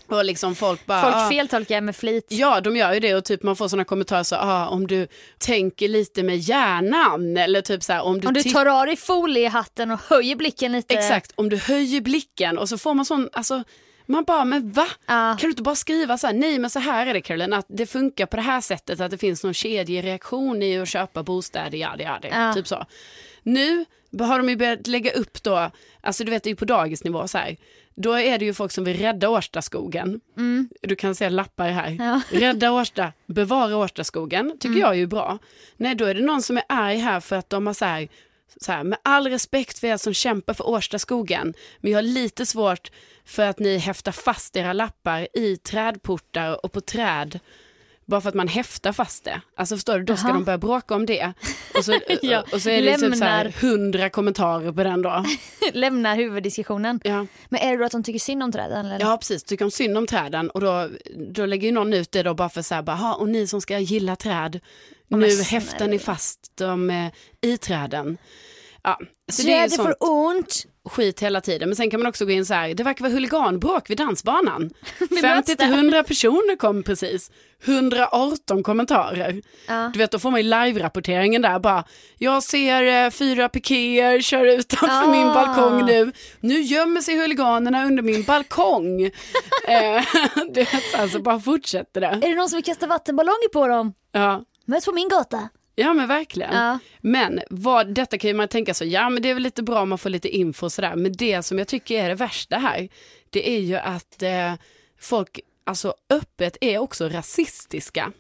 [SPEAKER 1] Och liksom folk bara... "Ah,
[SPEAKER 2] Folk feltolkar med flit.
[SPEAKER 1] Ja, de gör ju det och typ man får sådana kommentarer så ah, om du tänker lite med hjärnan eller typ så här om du,
[SPEAKER 2] Om du
[SPEAKER 1] tittar-
[SPEAKER 2] tar av dig foliehatten och höjer blicken lite.
[SPEAKER 1] exakt, om du höjer blicken och så får man sån, alltså man bara, men va?
[SPEAKER 2] Ja.
[SPEAKER 1] Kan du inte bara skriva så här, nej men så här är det Caroline, att det funkar på det här sättet, att det finns någon kedjereaktion i att köpa bostäder, yadi yadi,
[SPEAKER 2] Ja.
[SPEAKER 1] typ så. Nu har de ju börjat lägga upp då, alltså du vet det är ju på dagisnivå så här, då är det ju folk som vill rädda Årstaskogen.
[SPEAKER 2] Mm.
[SPEAKER 1] Du kan se lappar här.
[SPEAKER 2] Ja. Mm.
[SPEAKER 1] Rädda Årsta, bevara Årstaskogen, tycker jag är ju bra. Nej, då är det någon som är arg här för att de har så här, så här, med all respekt för er som kämpar för Årstaskogen, men jag har lite svårt för att ni häftar fast era lappar i trädportar och på träd, bara för att man häftar fast det. Alltså förstår du, då ska
[SPEAKER 2] Jaha.
[SPEAKER 1] de börja bråka om det. Och så,
[SPEAKER 2] Ja,
[SPEAKER 1] och så är det typ så här
[SPEAKER 2] lämnar.
[SPEAKER 1] hundra kommentarer på den då.
[SPEAKER 2] lämnar huvuddiskussionen.
[SPEAKER 1] Ja.
[SPEAKER 2] Men är det då att de tycker synd om träden? Eller?
[SPEAKER 1] Ja precis, tycker de synd om träden och då, då lägger ju någon ut det då bara för så här, bara, "Ha, och ni som ska gilla träd, nu
[SPEAKER 2] snälla.
[SPEAKER 1] häftar ni fast dem eh, i träden. Ja, så det är ju
[SPEAKER 2] Trädet
[SPEAKER 1] sånt
[SPEAKER 2] får ont.
[SPEAKER 1] skit hela tiden, men sen kan man också gå in så här, det verkar vara huliganbråk vid dansbanan.
[SPEAKER 2] möts
[SPEAKER 1] 50 till 100 personer kom precis, 118 kommentarer.
[SPEAKER 2] Ja.
[SPEAKER 1] Du vet, då får man ju live-rapporteringen där bara, jag ser eh, fyra pikéer kör utanför
[SPEAKER 2] Ah.
[SPEAKER 1] min balkong nu, nu gömmer sig huliganerna under min balkong. eh, du vet, alltså bara fortsätter det.
[SPEAKER 2] Är det någon som vill kasta vattenballonger på dem?
[SPEAKER 1] Ja.
[SPEAKER 2] Möts på min gata.
[SPEAKER 1] Ja men verkligen.
[SPEAKER 2] Ja.
[SPEAKER 1] Men vad, detta kan ju man tänka så, ja men det är väl lite bra om man får lite info och sådär. Men det som jag tycker är det värsta här, det är ju att eh, folk alltså öppet är också rasistiska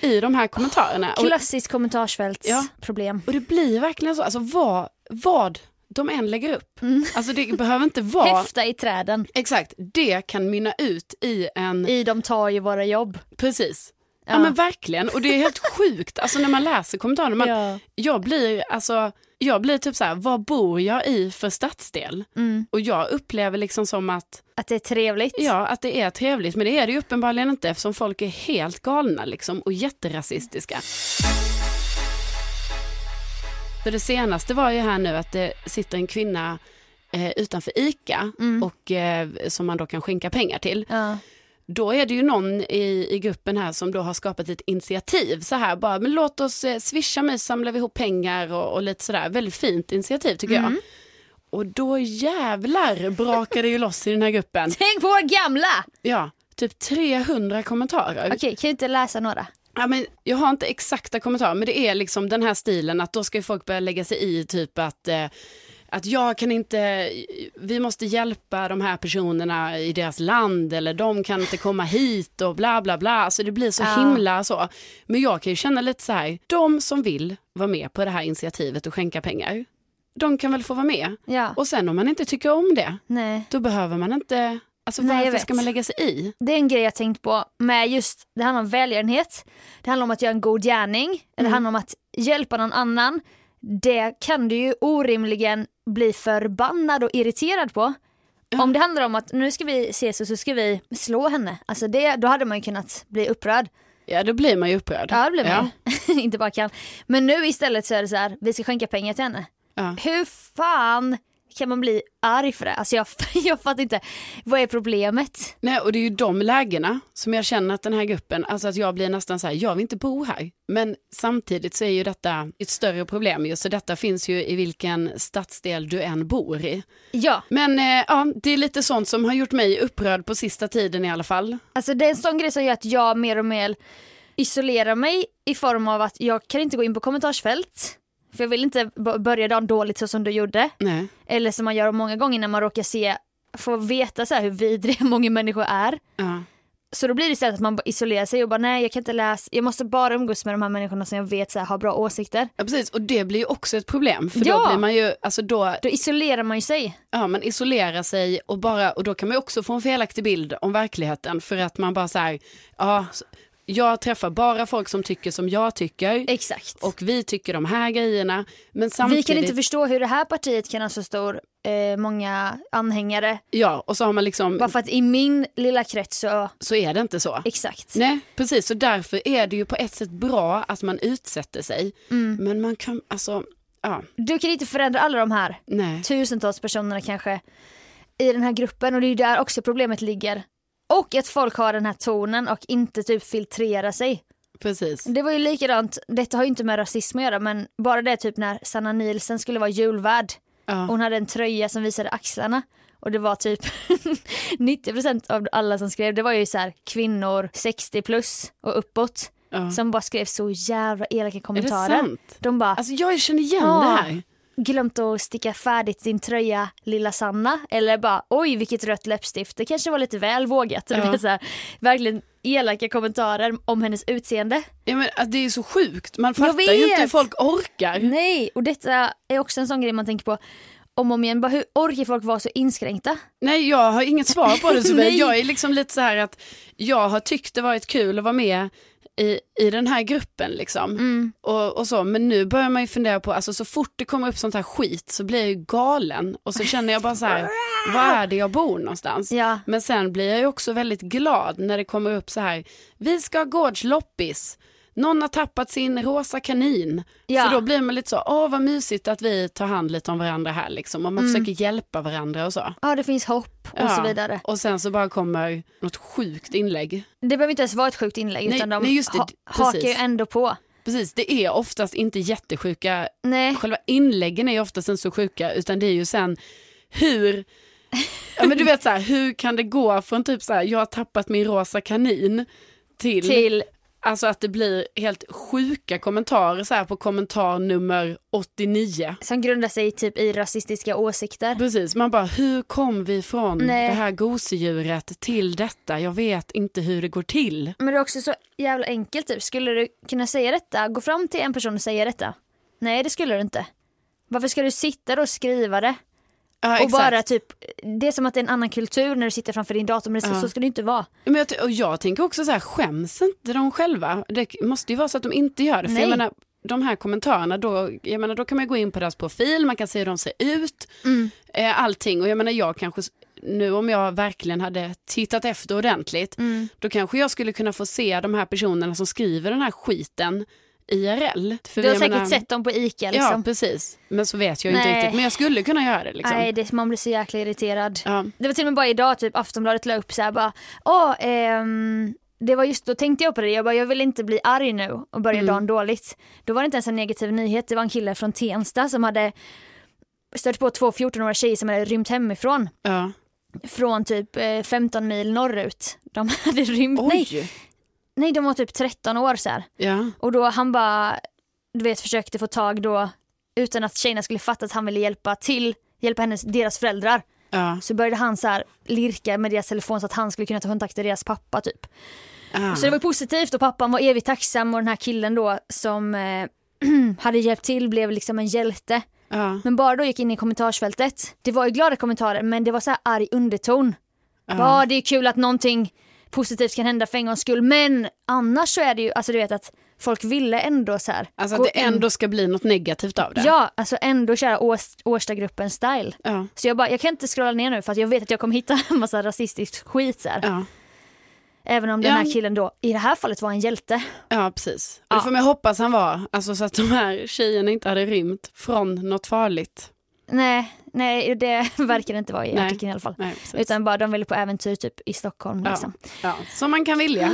[SPEAKER 1] i de här kommentarerna. Och,
[SPEAKER 2] Klassiskt kommentarsfältsproblem.
[SPEAKER 1] Ja. och det blir verkligen så, alltså vad, vad de än lägger upp. Alltså det behöver inte vara,
[SPEAKER 2] Häfta i träden.
[SPEAKER 1] exakt, det kan mynna ut i en,
[SPEAKER 2] I de tar ju våra jobb.
[SPEAKER 1] precis. Ja.
[SPEAKER 2] Ja.
[SPEAKER 1] men verkligen, och det är helt sjukt, alltså när man läser kommentarerna, man,
[SPEAKER 2] Ja.
[SPEAKER 1] jag blir, alltså, jag blir typ så här, vad bor jag i för stadsdel?
[SPEAKER 2] Mm.
[SPEAKER 1] Och jag upplever liksom som att,
[SPEAKER 2] Att det är trevligt.
[SPEAKER 1] ja, att det är trevligt, men det är det ju uppenbarligen inte eftersom folk är helt galna liksom och jätterasistiska. Så det senaste var ju här nu att det sitter en kvinna eh, utanför ICA och, eh, som man då kan skänka pengar till.
[SPEAKER 2] Ja.
[SPEAKER 1] Då är det ju någon i, i gruppen här som då har skapat ett initiativ så här bara, men låt oss eh, swisha mig samlar vi ihop pengar och, och lite sådär. Väldigt fint initiativ tycker jag. Och då jävlar brakar det ju loss i den här gruppen.
[SPEAKER 2] Tänk på våra gamla!
[SPEAKER 1] Ja, typ 300 kommentarer.
[SPEAKER 2] Okej, kan jag inte läsa några?
[SPEAKER 1] Ja, men jag har inte exakta kommentarer, men det är liksom den här stilen att då ska ju folk börja lägga sig i typ att, eh, att jag kan inte, vi måste hjälpa de här personerna i deras land eller de kan inte komma hit och bla bla bla. Alltså det blir så
[SPEAKER 2] Ja.
[SPEAKER 1] himla så. Men jag kan ju känna lite så här, de som vill vara med på det här initiativet och skänka pengar, de kan väl få vara med.
[SPEAKER 2] Ja.
[SPEAKER 1] Och sen om man inte tycker om det,
[SPEAKER 2] Nej.
[SPEAKER 1] då behöver man inte, alltså
[SPEAKER 2] Nej, jag
[SPEAKER 1] varför
[SPEAKER 2] vet.
[SPEAKER 1] ska man lägga sig i?
[SPEAKER 2] Det är en grej jag tänkt på med just, det handlar om välgörenhet, det handlar om att göra en god gärning, det handlar om att hjälpa någon annan. Det kan du ju orimligen bli förbannad och irriterad på. Om det handlar om att nu ska vi ses och så ska vi slå henne, alltså det, då hade man ju kunnat bli upprörd.
[SPEAKER 1] Ja, då blir man ju upprörd.
[SPEAKER 2] Ja det blev man ju. Inte bara kan. Men nu istället så är det så här, vi ska skänka pengar till henne.
[SPEAKER 1] Ja.
[SPEAKER 2] Hur fan kan man bli arg för det? Alltså jag, jag fattar inte, vad är problemet?
[SPEAKER 1] Nej, och det är ju de lägena som jag känner att den här gruppen, alltså att jag blir nästan så här, jag vill inte bo här. Men samtidigt så är ju detta ett större problem ju, så detta finns ju i vilken stadsdel du än bor i.
[SPEAKER 2] Ja.
[SPEAKER 1] Men eh, ja, det är lite sånt som har gjort mig upprörd på sista tiden i alla fall.
[SPEAKER 2] Alltså det är en sån grej som gör att jag mer och mer isolerar mig i form av att jag kan inte gå in på kommentarsfält. För jag vill inte b- börja dagen dåligt så som du gjorde.
[SPEAKER 1] Nej.
[SPEAKER 2] Eller som man gör många gånger när man råkar se, får veta så här hur vidriga många människor är.
[SPEAKER 1] Ja.
[SPEAKER 2] Så då blir det istället att man bara isolerar sig och bara nej jag kan inte läsa, jag måste bara umgås med de här människorna som jag vet så här, har bra åsikter.
[SPEAKER 1] ja, precis, och det blir ju också ett problem, för då
[SPEAKER 2] Ja.
[SPEAKER 1] blir man ju, alltså då,
[SPEAKER 2] Då isolerar man ju sig.
[SPEAKER 1] ja, man isolerar sig och bara, och då kan man ju också få en felaktig bild om verkligheten, för att man bara så här, ja, jag träffar bara folk som tycker som jag tycker.
[SPEAKER 2] Exakt.
[SPEAKER 1] och vi tycker de här grejerna. Men
[SPEAKER 2] vi
[SPEAKER 1] samtidigt,
[SPEAKER 2] kan inte förstå hur det här partiet kan ha så stor, eh, många anhängare.
[SPEAKER 1] ja, och så har man liksom,
[SPEAKER 2] Bara för att i min lilla krets så,
[SPEAKER 1] så är det inte så.
[SPEAKER 2] exakt.
[SPEAKER 1] Nej, precis, så därför är det ju på ett sätt bra att man utsätter sig.
[SPEAKER 2] Mm.
[SPEAKER 1] Men man kan, alltså, ja,
[SPEAKER 2] Du kan inte förändra alla de här
[SPEAKER 1] nej.
[SPEAKER 2] tusentals personerna kanske i den här gruppen och det är ju där också problemet ligger. Och att folk har den här tonen och inte typ filtrerar sig.
[SPEAKER 1] Precis.
[SPEAKER 2] Det var ju likadant, detta har ju inte med rasism att göra men bara det typ när Sanna Nielsen skulle vara julvärd.
[SPEAKER 1] Ja.
[SPEAKER 2] Hon hade en tröja som visade axlarna och det var typ 90% av alla som skrev det var ju så här kvinnor 60 plus och uppåt
[SPEAKER 1] Ja.
[SPEAKER 2] som bara skrev så jävla elaka
[SPEAKER 1] Är det
[SPEAKER 2] kommentarer.
[SPEAKER 1] sant?
[SPEAKER 2] De bara
[SPEAKER 1] Alltså jag känner igen
[SPEAKER 2] Ja.
[SPEAKER 1] det här.
[SPEAKER 2] glömt att sticka färdigt din tröja lilla Sanna eller bara oj vilket rött läppstift det kanske var lite väl vågat.
[SPEAKER 1] Ja.
[SPEAKER 2] Det är så här, verkligen elaka kommentarer om hennes utseende.
[SPEAKER 1] Ja, men, att det är så sjukt, man fattar ju
[SPEAKER 2] vet.
[SPEAKER 1] inte hur folk orkar.
[SPEAKER 2] Nej och detta är också en sån grej man tänker på om och om igen. Bara, hur orkar folk vara så inskränkta?
[SPEAKER 1] Nej, jag har inget svar på det Sofia.
[SPEAKER 2] Nej.
[SPEAKER 1] jag är liksom lite så här att jag har tyckt det varit kul att vara med i, i den här gruppen liksom.
[SPEAKER 2] Mm.
[SPEAKER 1] Och, och så, men nu börjar man ju fundera på, alltså så fort det kommer upp sånt här skit så blir jag ju galen och så känner jag bara så här, var är det jag bor någonstans?
[SPEAKER 2] Ja.
[SPEAKER 1] Men sen blir jag ju också väldigt glad när det kommer upp så här, vi ska ha gårdsloppis, någon har tappat sin rosa kanin.
[SPEAKER 2] Ja.
[SPEAKER 1] Så då blir man lite så, åh vad mysigt att vi tar hand lite om varandra här liksom, och
[SPEAKER 2] Mm.
[SPEAKER 1] man försöker hjälpa varandra och så.
[SPEAKER 2] Ja det finns hopp och
[SPEAKER 1] Ja,
[SPEAKER 2] så vidare.
[SPEAKER 1] Och sen så bara kommer något sjukt inlägg.
[SPEAKER 2] Det behöver inte ens vara ett sjukt inlägg
[SPEAKER 1] Nej,
[SPEAKER 2] utan de
[SPEAKER 1] nej, just det.
[SPEAKER 2] ha-
[SPEAKER 1] Precis.
[SPEAKER 2] hakar ju ändå på.
[SPEAKER 1] Precis, det är oftast inte jättesjuka,
[SPEAKER 2] Nej.
[SPEAKER 1] själva inläggen är ju oftast inte så sjuka utan det är ju sen hur, ja men du vet så här, hur kan det gå från typ så här, jag har tappat min rosa kanin till,
[SPEAKER 2] Till
[SPEAKER 1] Alltså att det blir helt sjuka kommentarer så här på kommentar nummer 89.
[SPEAKER 2] Som grundar sig typ i rasistiska åsikter.
[SPEAKER 1] Precis, man bara hur kom vi från
[SPEAKER 2] Nej.
[SPEAKER 1] det här gosedjuret till detta? Jag vet inte hur det går till.
[SPEAKER 2] Men det är också så jävla enkelt typ. Skulle du kunna säga detta? Gå fram till en person och säga detta? Nej det skulle du inte. Varför ska du sitta då och skriva det?
[SPEAKER 1] Ja,
[SPEAKER 2] och bara typ, det är som att det är en annan kultur när du sitter framför din dator men det,
[SPEAKER 1] Ja.
[SPEAKER 2] så ska det inte vara.
[SPEAKER 1] Men jag, ty- och jag tänker också så här, skäms inte de själva? Det måste ju vara så att de inte gör det. För jag
[SPEAKER 2] Nej.
[SPEAKER 1] menar, de här kommentarerna, då, jag menar, då kan man gå in på deras profil, man kan se hur de ser ut, eh, allting. Och jag menar, jag kanske, s- nu om jag verkligen hade tittat efter ordentligt,
[SPEAKER 2] Mm.
[SPEAKER 1] då kanske jag skulle kunna få se de här personerna som skriver den här skiten IRL. För
[SPEAKER 2] Du har
[SPEAKER 1] jag
[SPEAKER 2] säkert
[SPEAKER 1] menar-
[SPEAKER 2] sett dem på ICA
[SPEAKER 1] Ja,
[SPEAKER 2] liksom.
[SPEAKER 1] precis. Men så vet jag ju inte
[SPEAKER 2] Nej.
[SPEAKER 1] riktigt. Men jag skulle kunna göra det liksom.
[SPEAKER 2] Nej, det, man blir så jäkla irriterad.
[SPEAKER 1] Ja.
[SPEAKER 2] Det var till och med bara idag typ Aftonbladet la upp så här bara, åh, ehm, det var just då tänkte jag på det, jag bara jag vill inte bli arg nu och börja dagen dåligt. Då var det inte ens en negativ nyhet, det var en kille från Tensta som hade stört på två 14-åriga tjejer som hade rymt hemifrån
[SPEAKER 1] Ja.
[SPEAKER 2] från typ eh, 15 mil norrut. De hade rymt, nej,
[SPEAKER 1] Oj!
[SPEAKER 2] nej de var typ 13 år så här.
[SPEAKER 1] Ja.
[SPEAKER 2] Och då han bara, du vet försökte få tag då utan att tjejerna skulle fatta att han ville hjälpa till, hjälpa hennes, deras föräldrar.
[SPEAKER 1] Ja.
[SPEAKER 2] Så började han så här lirka med deras telefon så att han skulle kunna ta kontakt med deras pappa typ.
[SPEAKER 1] Ja.
[SPEAKER 2] Så det var ju positivt och pappan var evigt tacksam och den här killen då som eh, hade hjälpt till blev liksom en hjälte.
[SPEAKER 1] Ja.
[SPEAKER 2] Men bara då gick in i kommentarsfältet. Det var ju glada kommentarer men det var så här arg underton.
[SPEAKER 1] Ja.
[SPEAKER 2] Ja, det är kul att någonting positivt kan hända för en gångs skull men annars så är det ju, alltså du vet att folk ville ändå så här.
[SPEAKER 1] Alltså
[SPEAKER 2] gå
[SPEAKER 1] att det
[SPEAKER 2] in-
[SPEAKER 1] ändå ska bli något negativt av det.
[SPEAKER 2] Ja, alltså ändå köra Ås- Årstagruppen style.
[SPEAKER 1] Ja.
[SPEAKER 2] Så jag bara, jag kan inte scrolla ner nu för att jag vet att jag kommer hitta en massa rasistisk skit så här.
[SPEAKER 1] Ja,
[SPEAKER 2] Även om den
[SPEAKER 1] Ja.
[SPEAKER 2] här killen då, i det här fallet var en hjälte.
[SPEAKER 1] ja precis.
[SPEAKER 2] Ja.
[SPEAKER 1] Det får man hoppas han var, alltså så att de här tjejerna inte hade rymt från något farligt.
[SPEAKER 2] Nej, nej det verkar det inte vara i
[SPEAKER 1] Nej.
[SPEAKER 2] artikeln i alla fall.
[SPEAKER 1] Nej, precis.
[SPEAKER 2] Utan bara de ville på äventyr typ i Stockholm
[SPEAKER 1] ja.
[SPEAKER 2] liksom.
[SPEAKER 1] Ja. Som man kan vilja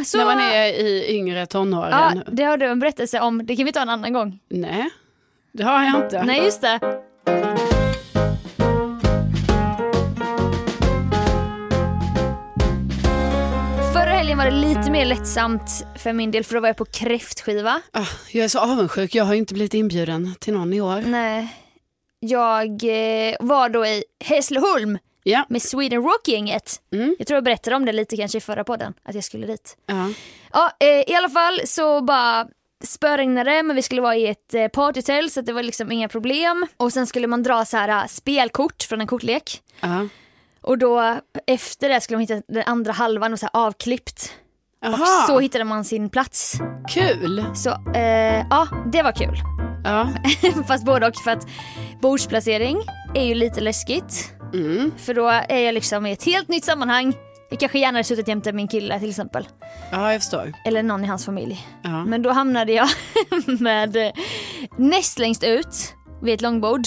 [SPEAKER 2] Ah, Så,
[SPEAKER 1] när man är i yngre tonåren.
[SPEAKER 2] ja, det har du en berättelse om, det kan vi ta en annan gång.
[SPEAKER 1] Nej, det har jag inte.
[SPEAKER 2] Nej just det. Förra helgen var det lite mer lättsamt för min del för då var jag på kräftskiva.
[SPEAKER 1] Ah, Jag är så avundsjuk, jag har ju inte blivit inbjuden till någon i år.
[SPEAKER 2] Nej. Jag eh, var då i Hässleholm
[SPEAKER 1] Ja,
[SPEAKER 2] med Sweden Rock-gänget.
[SPEAKER 1] Mm.
[SPEAKER 2] Jag tror jag berättade om det lite kanske i förra podden, att jag skulle dit.
[SPEAKER 1] ja.
[SPEAKER 2] Ja, eh, i alla fall så bara spöregnade det, men vi skulle vara i ett eh, partyhotell så att det var liksom inga problem. Och sen skulle man dra så här eh, spelkort från en kortlek.
[SPEAKER 1] ja.
[SPEAKER 2] Och då efter det skulle man hitta den andra halvan och så här avklippt.
[SPEAKER 1] Jaha,
[SPEAKER 2] Så hittade man sin plats.
[SPEAKER 1] kul.
[SPEAKER 2] Så eh, ja, det var kul.
[SPEAKER 1] Ja.
[SPEAKER 2] Fast både och för att bordsplacering är ju lite läskigt.
[SPEAKER 1] Mm.
[SPEAKER 2] För då är jag liksom i ett helt nytt sammanhang. Jag kanske gärna hade suttit jämte min kille till exempel.
[SPEAKER 1] ja, jag förstår.
[SPEAKER 2] Eller någon i hans familj.
[SPEAKER 1] Ja.
[SPEAKER 2] Men då hamnade jag med eh, näst längst ut vid ett långbord.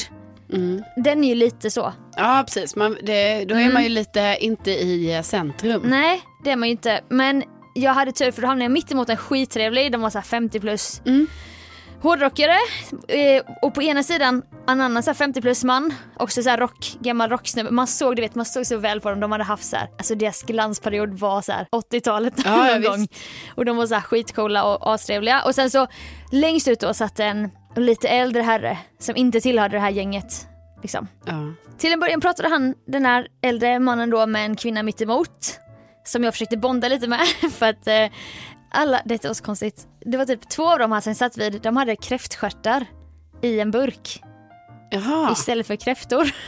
[SPEAKER 1] Mm.
[SPEAKER 2] Den är ju lite så.
[SPEAKER 1] ja, precis. Man, det, då är man ju lite inte i eh, centrum.
[SPEAKER 2] Nej, det är man ju inte. Men jag hade tur för då hamnade jag mitt emot en skittrevlig, de var så här 50 plus.
[SPEAKER 1] Mm.
[SPEAKER 2] Hårdrockare eh, och på ena sidan en annan så här 50 plus man, också så här rock, gammal rocksnubbe. Man såg, du vet, man såg så väl på dem, de hade haft så här, alltså deras glansperiod var så här 80-talet
[SPEAKER 1] Ja, ja, visst.
[SPEAKER 2] Och de var så här skitcoola och astrevliga. Och sen så längst ut då satt en lite äldre herre som inte tillhörde det här gänget. Liksom.
[SPEAKER 1] Ja.
[SPEAKER 2] Till en början pratade han, den här äldre mannen då, med en kvinna mitt emot Som jag försökte bonda lite med för att eh, alla, detta var så konstigt. Det var typ två av dem han sen satt vid, de hade kräftstjärtar i en burk
[SPEAKER 1] Jaha.
[SPEAKER 2] istället för kräftor.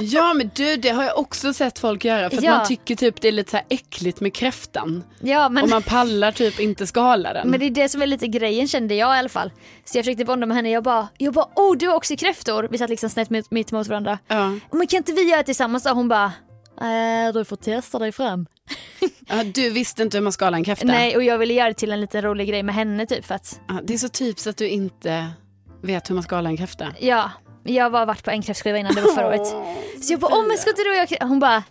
[SPEAKER 1] Ja men du, det har jag också sett folk göra för att
[SPEAKER 2] Ja.
[SPEAKER 1] man tycker typ det är lite så här äckligt med kräftan
[SPEAKER 2] Ja
[SPEAKER 1] och
[SPEAKER 2] men,
[SPEAKER 1] man pallar typ inte skala den.
[SPEAKER 2] men det är det som är lite grejen kände jag i alla fall. Så jag försökte bonda med henne, jag bara, jag bara oh du har också kräftor. Vi satt liksom snett mitt, mitt emot varandra.
[SPEAKER 1] ja.
[SPEAKER 2] Men kan inte vi göra det tillsammans då? Hon bara, eh, du får testa dig fram.
[SPEAKER 1] Ja, du visste inte hur man skalar en kräfta?
[SPEAKER 2] Nej och jag ville göra det till en liten rolig grej med henne typ för att
[SPEAKER 1] Ja, det är så typiskt att du inte vet hur man skalar en kräfta.
[SPEAKER 2] Ja, jag var varit på en kräftskiva innan det var förra året. Så jag bara, åh men ska inte du och jag Hon bara,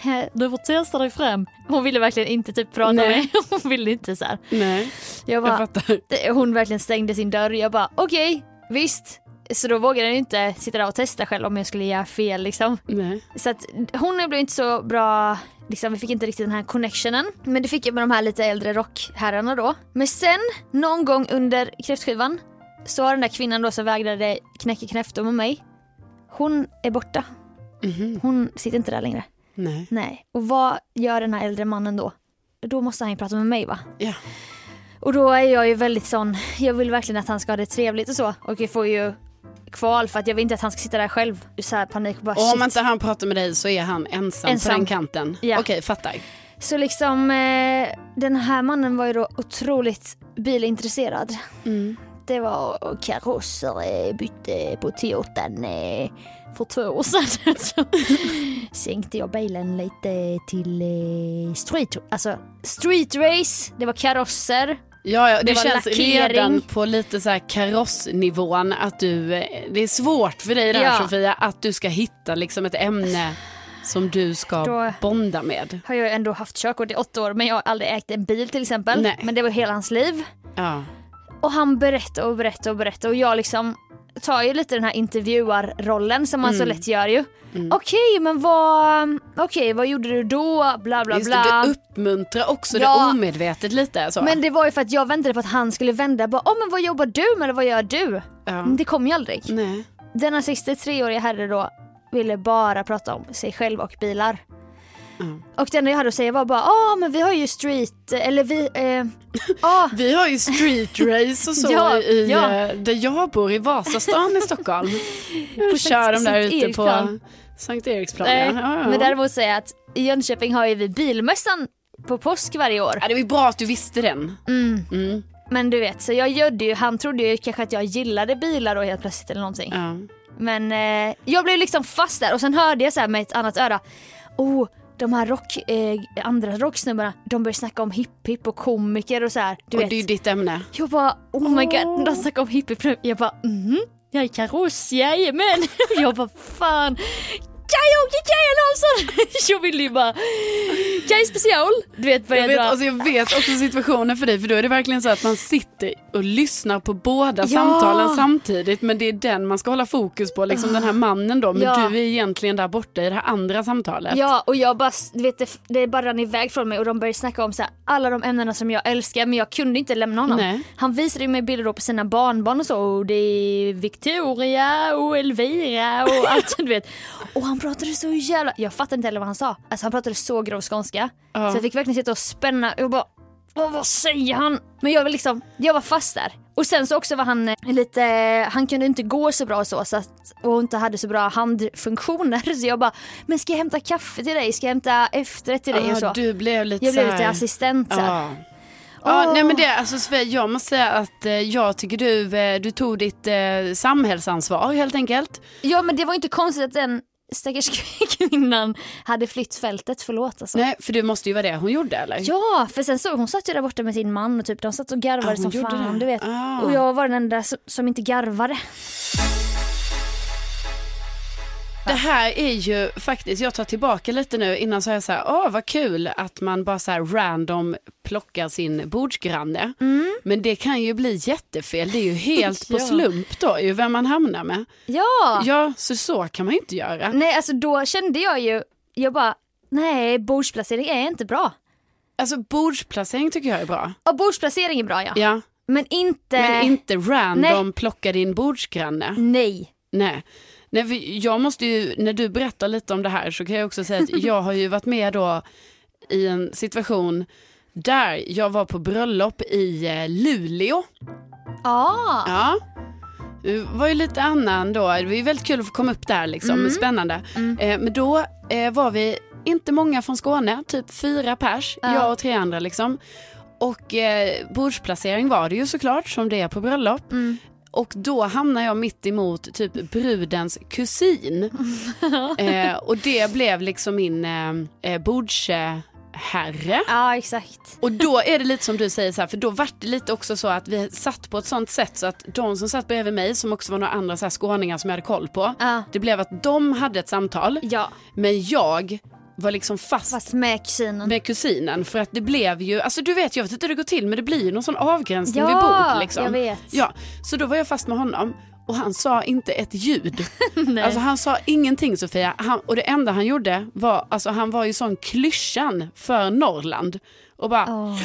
[SPEAKER 2] "Hä, du får testa dig fram. Hon ville verkligen inte typ prata med
[SPEAKER 1] Nej.
[SPEAKER 2] mig. Hon ville inte så här.
[SPEAKER 1] Nej,
[SPEAKER 2] Jag
[SPEAKER 1] jag
[SPEAKER 2] bara,
[SPEAKER 1] fattar.
[SPEAKER 2] hon verkligen stängde sin dörr. Jag bara, okej, visst. Så då vågade jag ju inte sitta där och testa själv om jag skulle göra fel liksom.
[SPEAKER 1] Nej.
[SPEAKER 2] Så att hon blev inte så bra liksom, vi fick inte riktigt den här connectionen. Men det fick jag med de här lite äldre rockherrarna då. Men sen, någon gång under kräftskivan, så har den där kvinnan då som vägrade knäcka knäftor med mig, hon är borta.
[SPEAKER 1] Mhm.
[SPEAKER 2] Hon sitter inte där längre.
[SPEAKER 1] Nej.
[SPEAKER 2] Nej. Och vad gör den här äldre mannen då? Då måste han ju prata med mig va?
[SPEAKER 1] Ja.
[SPEAKER 2] Och då är jag ju väldigt sån, jag vill verkligen att han ska ha det trevligt och så. Och jag får ju kval för att jag vill inte att han ska sitta där själv. Så här panik och bara
[SPEAKER 1] Och
[SPEAKER 2] Ah, shit.
[SPEAKER 1] om inte han pratar med dig så är han ensam,
[SPEAKER 2] Ensam.
[SPEAKER 1] på den kanten.
[SPEAKER 2] Ja.
[SPEAKER 1] Okej, fattar.
[SPEAKER 2] Så liksom eh, den här mannen var ju då otroligt bilintresserad.
[SPEAKER 1] Mm.
[SPEAKER 2] Det var karosser eh, bytte på Toyotan eh, för två år sedan. Så sänkte jag bilen lite till eh, street, alltså street race, det var karosser.
[SPEAKER 1] Ja, ja, det,
[SPEAKER 2] var
[SPEAKER 1] känns
[SPEAKER 2] lackering.
[SPEAKER 1] redan på lite så här karossnivån att du, eh, det är svårt för dig där
[SPEAKER 2] Ja.
[SPEAKER 1] Sofia, att du ska hitta liksom ett ämne som du ska
[SPEAKER 2] Då-
[SPEAKER 1] bonda med.
[SPEAKER 2] Har jag ju ändå haft körkort i åtta år men jag har aldrig ägt en bil till exempel.
[SPEAKER 1] Nej.
[SPEAKER 2] Men det var hela hans liv.
[SPEAKER 1] Ja.
[SPEAKER 2] Och han berättar och berättar och berättar och jag liksom tar ju lite den här intervjuarrollen som man
[SPEAKER 1] Mm.
[SPEAKER 2] så lätt gör ju. Okej men vad, okej vad gjorde du då? Bla bla
[SPEAKER 1] Just
[SPEAKER 2] bla.
[SPEAKER 1] det, du uppmuntrar också
[SPEAKER 2] Ja.
[SPEAKER 1] det omedvetet lite. Så.
[SPEAKER 2] Men det var ju för att jag väntade på att han skulle vända bara oh, men vad jobbar du med eller vad gör du?
[SPEAKER 1] ja. Mm.
[SPEAKER 2] Men Det kom ju aldrig.
[SPEAKER 1] Nej.
[SPEAKER 2] Denna 63-åriga herre då ville bara prata om sig själv och bilar.
[SPEAKER 1] Ja.
[SPEAKER 2] Och det enda jag hade att säga var bara ah men vi har ju street eller vi, eh, ah,
[SPEAKER 1] Vi har ju street race och så
[SPEAKER 2] Ja,
[SPEAKER 1] i,
[SPEAKER 2] ja.
[SPEAKER 1] eh, där jag bor i Vasastan i Stockholm. Och kör de där
[SPEAKER 2] Sankt
[SPEAKER 1] ute på
[SPEAKER 2] Eriksplan.
[SPEAKER 1] Sankt Eriksplan.
[SPEAKER 2] nej.
[SPEAKER 1] ja. Ja, ja.
[SPEAKER 2] Eh, Men däremot säga att i Jönköping har ju vi bilmässan på påsk varje år.
[SPEAKER 1] Ja, det var ju bra att du visste den.
[SPEAKER 2] Mm.
[SPEAKER 1] Mm,
[SPEAKER 2] Men du vet, så jag gödde ju, han trodde ju kanske att jag gillade bilar då helt plötsligt eller någonting.
[SPEAKER 1] ja.
[SPEAKER 2] Men eh, jag blev liksom fast där och sen hörde jag så här med ett annat öra. Oh, de här rock, eh, andra rocksnubbarna, de börjar snacka om hiphop och komiker och så här. Du
[SPEAKER 1] och
[SPEAKER 2] vet.
[SPEAKER 1] det är ju ditt ämne.
[SPEAKER 2] Jag bara oh my
[SPEAKER 1] Åh.
[SPEAKER 2] god, de snackar om hiphop nu. Jag bara mhm, jag är kaross, jajamän. Jag bara fan. Karaoke Kajan Hansson! Jag ville ju bara... Kaj special! Du vet
[SPEAKER 1] Jag
[SPEAKER 2] började
[SPEAKER 1] vet,
[SPEAKER 2] dra...
[SPEAKER 1] alltså jag vet också situationen för dig för då är det verkligen så att man sitter och lyssnar på båda
[SPEAKER 2] Ja.
[SPEAKER 1] samtalen samtidigt men det är den man ska hålla fokus på, liksom den här mannen då men
[SPEAKER 2] Ah, Ja.
[SPEAKER 1] du är egentligen där borta i det här andra samtalet.
[SPEAKER 2] Ja och jag bara, du vet det, det bara rann iväg från mig och de började snacka om så här, alla de ämnena som jag älskar men jag kunde inte lämna honom.
[SPEAKER 1] Nej.
[SPEAKER 2] Han visade ju mig bilder då på sina barnbarn och så och det är Victoria och Elvira och allt du vet. Och han pratade så jävla, jag fattade inte heller vad han sa. Alltså han pratade så grov skånska.
[SPEAKER 1] Ja.
[SPEAKER 2] Så jag fick verkligen sitta och spänna och bara Åh, vad säger han? Men jag var liksom, jag var fast där. Och sen så också var han eh, lite, han kunde inte gå så bra och så, så att, och inte hade så bra handfunktioner. Så jag bara, men ska jag hämta kaffe till dig? Ska jag hämta efterrätt till dig?
[SPEAKER 1] Ja,
[SPEAKER 2] och så.
[SPEAKER 1] du blev lite
[SPEAKER 2] Jag blev
[SPEAKER 1] så här-
[SPEAKER 2] lite assistent så här.
[SPEAKER 1] Ja. Ja,
[SPEAKER 2] Åh.
[SPEAKER 1] nej men det, alltså Sofia, jag måste säga att eh, jag tycker du, eh, du tog ditt eh, samhällsansvar helt enkelt.
[SPEAKER 2] Ja men det var inte konstigt att den stackars kvinnan hade flytt fältet, förlåt alltså.
[SPEAKER 1] Nej, för det måste ju vara det hon gjorde eller?
[SPEAKER 2] Ja, för sen så hon satt ju där borta med sin man och typ de satt och garvade
[SPEAKER 1] Ja, hon
[SPEAKER 2] som
[SPEAKER 1] gjorde
[SPEAKER 2] fan,
[SPEAKER 1] det.
[SPEAKER 2] du vet.
[SPEAKER 1] Ah.
[SPEAKER 2] Och jag var den enda som, som inte garvade.
[SPEAKER 1] Det här är ju faktiskt, jag tar tillbaka lite nu, innan så är jag så här, åh vad kul att man bara så här random plockar sin bordsgranne. Men det kan ju bli jättefel, det är ju helt på
[SPEAKER 2] Mm. Ja.
[SPEAKER 1] slump då ju vem man hamnar med.
[SPEAKER 2] Ja!
[SPEAKER 1] Ja, så så kan man ju inte göra.
[SPEAKER 2] Nej alltså då kände jag ju, jag bara nej bordsplacering är inte bra.
[SPEAKER 1] Alltså bordsplacering tycker jag är bra.
[SPEAKER 2] Och bordsplacering är bra ja.
[SPEAKER 1] Ja,
[SPEAKER 2] Men inte,
[SPEAKER 1] men inte random plocka din bordsgranne.
[SPEAKER 2] nej.
[SPEAKER 1] Nej. Nej, för jag måste ju, när du berättar lite om det här så kan jag också säga att jag har ju varit med då i en situation där jag var på bröllop i eh, Luleå.
[SPEAKER 2] Ah.
[SPEAKER 1] Ja. Det var ju lite annan då, det var ju väldigt kul att få komma upp där liksom,
[SPEAKER 2] Mm.
[SPEAKER 1] spännande. Eh, men då eh, var vi inte många från Skåne, typ fyra pers,
[SPEAKER 2] Ja.
[SPEAKER 1] jag och tre andra liksom. Och eh, bordsplacering var det ju såklart som det är på bröllop.
[SPEAKER 2] Mm.
[SPEAKER 1] Och då hamnar jag mitt emot typ brudens kusin. eh, och det blev liksom min eh, eh, bordsherre.
[SPEAKER 2] Ja exakt.
[SPEAKER 1] Och då är det lite som du säger så här, för då vart det lite också så att vi satt på ett sånt sätt så att de som satt bredvid mig, som också var några andra så här skåningar som jag hade koll på,
[SPEAKER 2] Ja.
[SPEAKER 1] det blev att de hade ett samtal,
[SPEAKER 2] Ja,
[SPEAKER 1] men jag var liksom fast,
[SPEAKER 2] fast med kusinen.
[SPEAKER 1] med kusinen för att det blev ju, alltså du vet jag vet inte hur det går till men det blir ju någon sån avgränsning
[SPEAKER 2] ja,
[SPEAKER 1] vid bord liksom.
[SPEAKER 2] jag vet.
[SPEAKER 1] Ja, så då var jag fast med honom och han sa inte ett ljud. alltså han sa ingenting Sofia. Han, och det enda han gjorde var, alltså han var ju sån klyschan för Norrland. Och bara
[SPEAKER 2] Åh.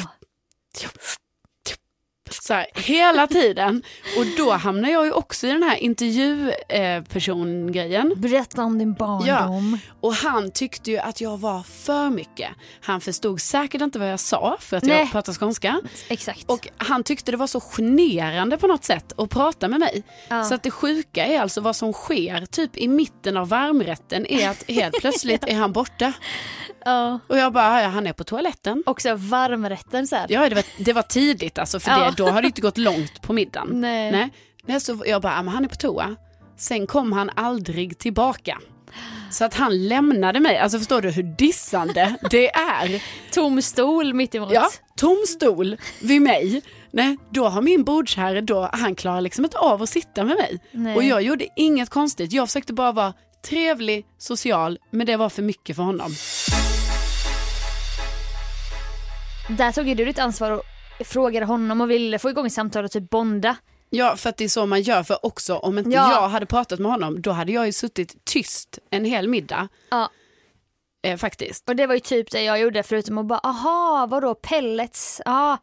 [SPEAKER 1] så här, hela tiden. Och då hamnar jag ju också i den här intervjuperson-grejen.
[SPEAKER 2] Berätta om din barndom.
[SPEAKER 1] Och han tyckte ju att jag var för mycket. Han förstod säkert inte vad jag sa för att
[SPEAKER 2] Nej.
[SPEAKER 1] jag pratar skånska.
[SPEAKER 2] Exakt.
[SPEAKER 1] Och han tyckte det var så generande på något sätt att prata med mig.
[SPEAKER 2] Ja.
[SPEAKER 1] Så att det sjuka är alltså vad som sker typ i mitten av varmrätten är att helt plötsligt är han borta.
[SPEAKER 2] ja.
[SPEAKER 1] Och jag bara, ja han är på toaletten.
[SPEAKER 2] Också varmrätten så här.
[SPEAKER 1] Ja det var, det var tidigt alltså för
[SPEAKER 2] Ja.
[SPEAKER 1] det, då hade det inte gått långt på middagen.
[SPEAKER 2] Nej.
[SPEAKER 1] Nej. Nej, så jag bara, ja, men han är på toa. Sen kom han aldrig tillbaka. Så att han lämnade mig, alltså förstår du hur dissande det är?
[SPEAKER 2] Tom stol mitt emot.
[SPEAKER 1] Ja, tom stol vid mig. Nej, då har min bordsherre, då, han klarar liksom inte av att sitta med mig.
[SPEAKER 2] Nej.
[SPEAKER 1] Och jag gjorde inget konstigt, jag försökte bara vara trevlig, social, men det var för mycket för honom.
[SPEAKER 2] Där tog ju du ditt ansvar och frågade honom och ville få igång samtal och typ bonda.
[SPEAKER 1] Ja, för att det är så man gör, för också om inte
[SPEAKER 2] Ja.
[SPEAKER 1] jag hade pratat med honom, då hade jag ju suttit tyst en hel middag.
[SPEAKER 2] Ja.
[SPEAKER 1] Eh, faktiskt.
[SPEAKER 2] Och det var ju typ det jag gjorde förutom att bara aha vadå pellets? Ja.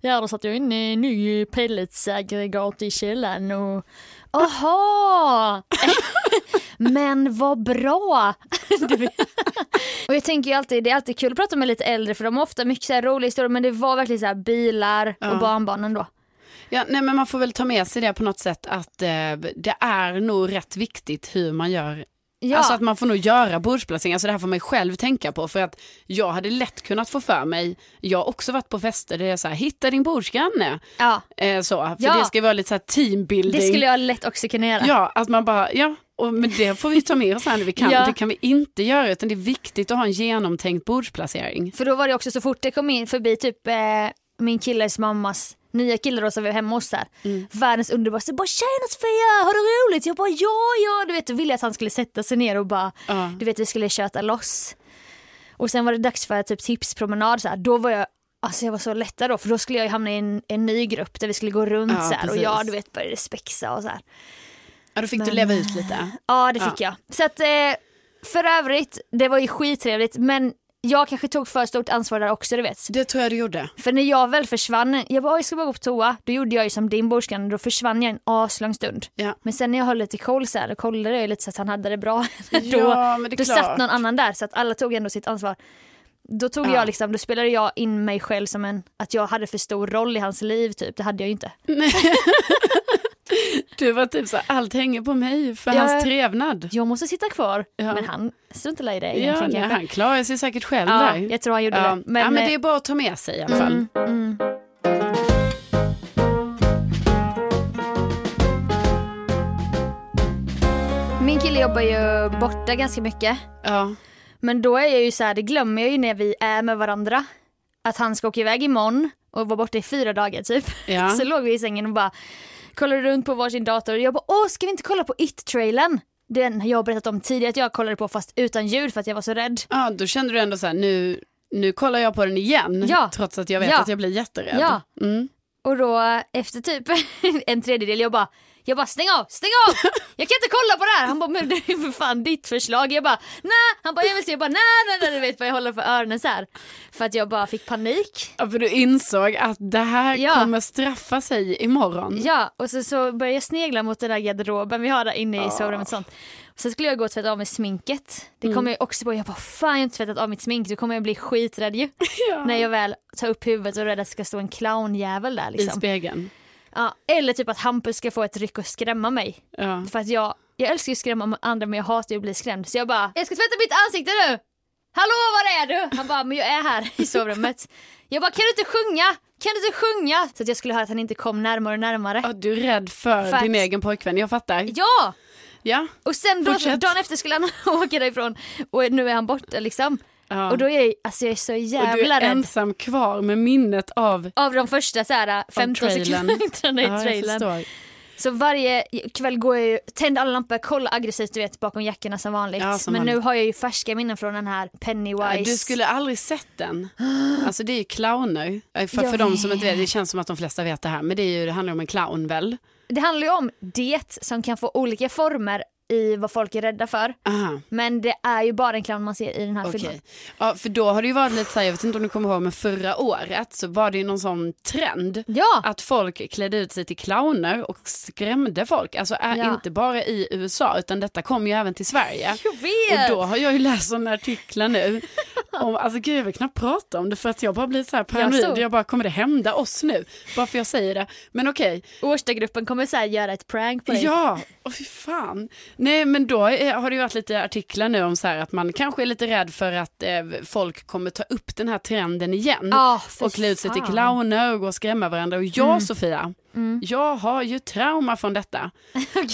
[SPEAKER 2] Ja då satte jag in en ny pelletsaggregat i källaren och aha! Men vad bra! Du vet. och jag tänker ju alltid, det är alltid kul att prata med lite äldre för de har ofta mycket så här roliga historier men det var verkligen så här bilar
[SPEAKER 1] Ja.
[SPEAKER 2] och barnbarnen då.
[SPEAKER 1] Ja, nej, men man får väl ta med sig det på något sätt att eh, det är nog rätt viktigt hur man gör
[SPEAKER 2] Ja,
[SPEAKER 1] Alltså att man får nog göra bordsplaceringar, alltså det här får man ju själv tänka på för att jag hade lätt kunnat få för mig, jag har också varit på fester där jag så här, hitta din bordsgranne,
[SPEAKER 2] ja.
[SPEAKER 1] eh, så, för
[SPEAKER 2] Ja.
[SPEAKER 1] det ska ju vara lite så här teambuilding.
[SPEAKER 2] det skulle jag lätt också kunna göra.
[SPEAKER 1] Ja, att man bara, ja, och, men det får vi ta med oss här när vi kan,
[SPEAKER 2] Ja.
[SPEAKER 1] det kan vi inte göra utan det är viktigt att ha en genomtänkt bordsplacering.
[SPEAKER 2] För då var det också så fort det kom in förbi typ eh, min killes mammas nya kille då som vi var hemma hos där.
[SPEAKER 1] Mm.
[SPEAKER 2] Världens underbaraste, bara tjena Sofia, har du roligt? Jag bara ja, ja, du vet, då ville jag att han skulle sätta sig ner och bara,
[SPEAKER 1] Ja.
[SPEAKER 2] du vet vi skulle köta loss. Och sen var det dags för typ tipspromenad så här. då var jag Alltså jag var så lättad då för då skulle jag ju hamna i en, en ny grupp där vi skulle gå runt
[SPEAKER 1] Ja,
[SPEAKER 2] så här, och
[SPEAKER 1] precis.
[SPEAKER 2] jag du vet började spexa och så här.
[SPEAKER 1] Ja, då fick du leva ut lite.
[SPEAKER 2] Ja det fick jag. Så att eh, för övrigt, det var ju skittrevligt men jag kanske tog för stort ansvar där också du vet.
[SPEAKER 1] Det tror jag du gjorde.
[SPEAKER 2] För när jag väl försvann, jag bara "Oj, jag ska bara gå på toa, då gjorde jag ju som din bordsgranne, då försvann jag en aslång stund.
[SPEAKER 1] Ja.
[SPEAKER 2] Men sen när jag höll lite koll så här, då kollade jag lite så att han hade det bra. då
[SPEAKER 1] ja, men det är
[SPEAKER 2] då
[SPEAKER 1] klart.
[SPEAKER 2] satt någon annan där så att alla tog ändå sitt ansvar. Då tog
[SPEAKER 1] Ja.
[SPEAKER 2] jag liksom, då spelade jag in mig själv som en, att jag hade för stor roll i hans liv typ, det hade jag ju inte.
[SPEAKER 1] Du var typ så här, allt hänger på mig för
[SPEAKER 2] Ja.
[SPEAKER 1] hans trevnad.
[SPEAKER 2] Jag måste sitta kvar,
[SPEAKER 1] Ja.
[SPEAKER 2] men han struntade i det
[SPEAKER 1] Ja,
[SPEAKER 2] egentligen
[SPEAKER 1] nej,
[SPEAKER 2] kanske.
[SPEAKER 1] han klarar sig säkert själv
[SPEAKER 2] Ja,
[SPEAKER 1] där.
[SPEAKER 2] jag tror han gjorde
[SPEAKER 1] Ja.
[SPEAKER 2] det.
[SPEAKER 1] Men, ja, men
[SPEAKER 2] eh,
[SPEAKER 1] det är bra att ta med sig i alla fall.
[SPEAKER 2] Mm. Min kille jobbar ju borta ganska mycket.
[SPEAKER 1] Ja.
[SPEAKER 2] Men då är jag ju så här, det glömmer jag ju när vi är med varandra. Att han ska åka iväg imorgon och vara borta i fyra dagar typ.
[SPEAKER 1] Ja.
[SPEAKER 2] Så låg vi i sängen och bara kollade runt på varsin dator och jag bara åh ska vi inte kolla på it-trailern? Den har jag berättat om tidigare att jag kollade på fast utan ljud för att jag var så rädd.
[SPEAKER 1] ja, då kände du ändå så här, nu, nu kollar jag på den igen,
[SPEAKER 2] Ja.
[SPEAKER 1] trots att jag vet
[SPEAKER 2] Ja.
[SPEAKER 1] att jag blir jätterädd.
[SPEAKER 2] Ja.
[SPEAKER 1] Mm.
[SPEAKER 2] Och då efter typ en tredjedel, jag bara, jag bara stäng av, stäng av! Jag kan inte kolla på det här! Han bara, men det är ju för fan ditt förslag. Jag bara, nej! Han bara, jag vill se, jag bara, nej, nej, nej, du vet vad jag håller för öronen så här. För att jag bara fick panik.
[SPEAKER 1] ja, för du insåg att det här
[SPEAKER 2] Ja.
[SPEAKER 1] kommer straffa sig imorgon.
[SPEAKER 2] Ja, och så, så började jag snegla mot den där garderoben vi har där
[SPEAKER 1] Ah.
[SPEAKER 2] inne i sovrummet och sånt. Sen skulle jag gå och tvätta av mig sminket. Det
[SPEAKER 1] Mm.
[SPEAKER 2] kom jag också på, jag bara, fan jag har inte tvättat av mitt smink, då kommer jag bli skiträdd ju.
[SPEAKER 1] Ja.
[SPEAKER 2] När jag väl tar upp huvudet och är rädd att det ska stå en clownjävel där
[SPEAKER 1] I
[SPEAKER 2] liksom.
[SPEAKER 1] spegeln.
[SPEAKER 2] Ja, eller typ att Hampus ska få ett ryck och skrämma mig.
[SPEAKER 1] Ja.
[SPEAKER 2] För att jag, jag älskar ju att skrämma andra men jag hatar ju att bli skrämd. Så jag bara, jag ska tvätta mitt ansikte nu! Hallå var är du? Han bara, men jag är här i sovrummet. Jag bara, kan du inte sjunga? Kan du inte sjunga? Så att jag skulle höra att han inte kom närmare och närmare.
[SPEAKER 1] Ja, du är rädd för
[SPEAKER 2] För att-
[SPEAKER 1] din egen pojkvän, jag fattar.
[SPEAKER 2] Ja!
[SPEAKER 1] Ja.
[SPEAKER 2] Och sen då,
[SPEAKER 1] Fortsätt.
[SPEAKER 2] dagen efter skulle han åka därifrån och nu är han borta liksom.
[SPEAKER 1] Ja.
[SPEAKER 2] Och då är jag, alltså jag är så
[SPEAKER 1] Och du
[SPEAKER 2] jävla
[SPEAKER 1] är
[SPEAKER 2] rädd.
[SPEAKER 1] ensam kvar med minnet av
[SPEAKER 2] Av de första så här 15
[SPEAKER 1] trailern.
[SPEAKER 2] sekunderna i
[SPEAKER 1] Ja, jag
[SPEAKER 2] trailern.
[SPEAKER 1] förstår.
[SPEAKER 2] Så varje kväll går jag ju, tänder alla lampor, kollar aggressivt du vet bakom jackorna som vanligt.
[SPEAKER 1] Ja, som
[SPEAKER 2] Men
[SPEAKER 1] vanligt.
[SPEAKER 2] nu har jag ju färska minnen från den här Pennywise.
[SPEAKER 1] Du skulle aldrig sett den. Alltså det är ju clowner. Eh, För,
[SPEAKER 2] Jag
[SPEAKER 1] för de som inte vet, det känns som att de flesta vet det här. Men det, är ju, det handlar om en clown väl?
[SPEAKER 2] Det handlar ju om det som kan få olika former i vad folk är rädda för.
[SPEAKER 1] Aha.
[SPEAKER 2] Men det är ju bara en clown man ser i den här
[SPEAKER 1] Okej.
[SPEAKER 2] filmen.
[SPEAKER 1] Ja, för då har det ju varit lite så här, jag vet inte om du kommer ihåg, men förra året så var det ju någon sån trend.
[SPEAKER 2] Ja,
[SPEAKER 1] Att folk klädde ut sig till clowner och skrämde folk. Alltså är
[SPEAKER 2] Ja.
[SPEAKER 1] inte bara i USA utan detta kom ju även till Sverige.
[SPEAKER 2] jag vet!
[SPEAKER 1] Och då har jag ju läst sådana artiklar nu. Om, alltså gud jag vill knappt prata om det för att jag bara blir så här paranoid.
[SPEAKER 2] Jag
[SPEAKER 1] Jag,
[SPEAKER 2] såg-
[SPEAKER 1] bara kommer det hända oss nu? Bara för jag säger det. Men okej,
[SPEAKER 2] Årstagruppen kommer så här göra ett prank på dig.
[SPEAKER 1] Ja, och fy fan. Nej men då eh, har det ju varit lite artiklar nu om så här att man kanske är lite rädd för att eh, folk kommer ta upp den här trenden igen.
[SPEAKER 2] Ah, fy
[SPEAKER 1] och klä ut sig till
[SPEAKER 2] fan. Mm.
[SPEAKER 1] clowner och gå och skrämma varandra. Och jag Sofia, jag har ju trauma från detta.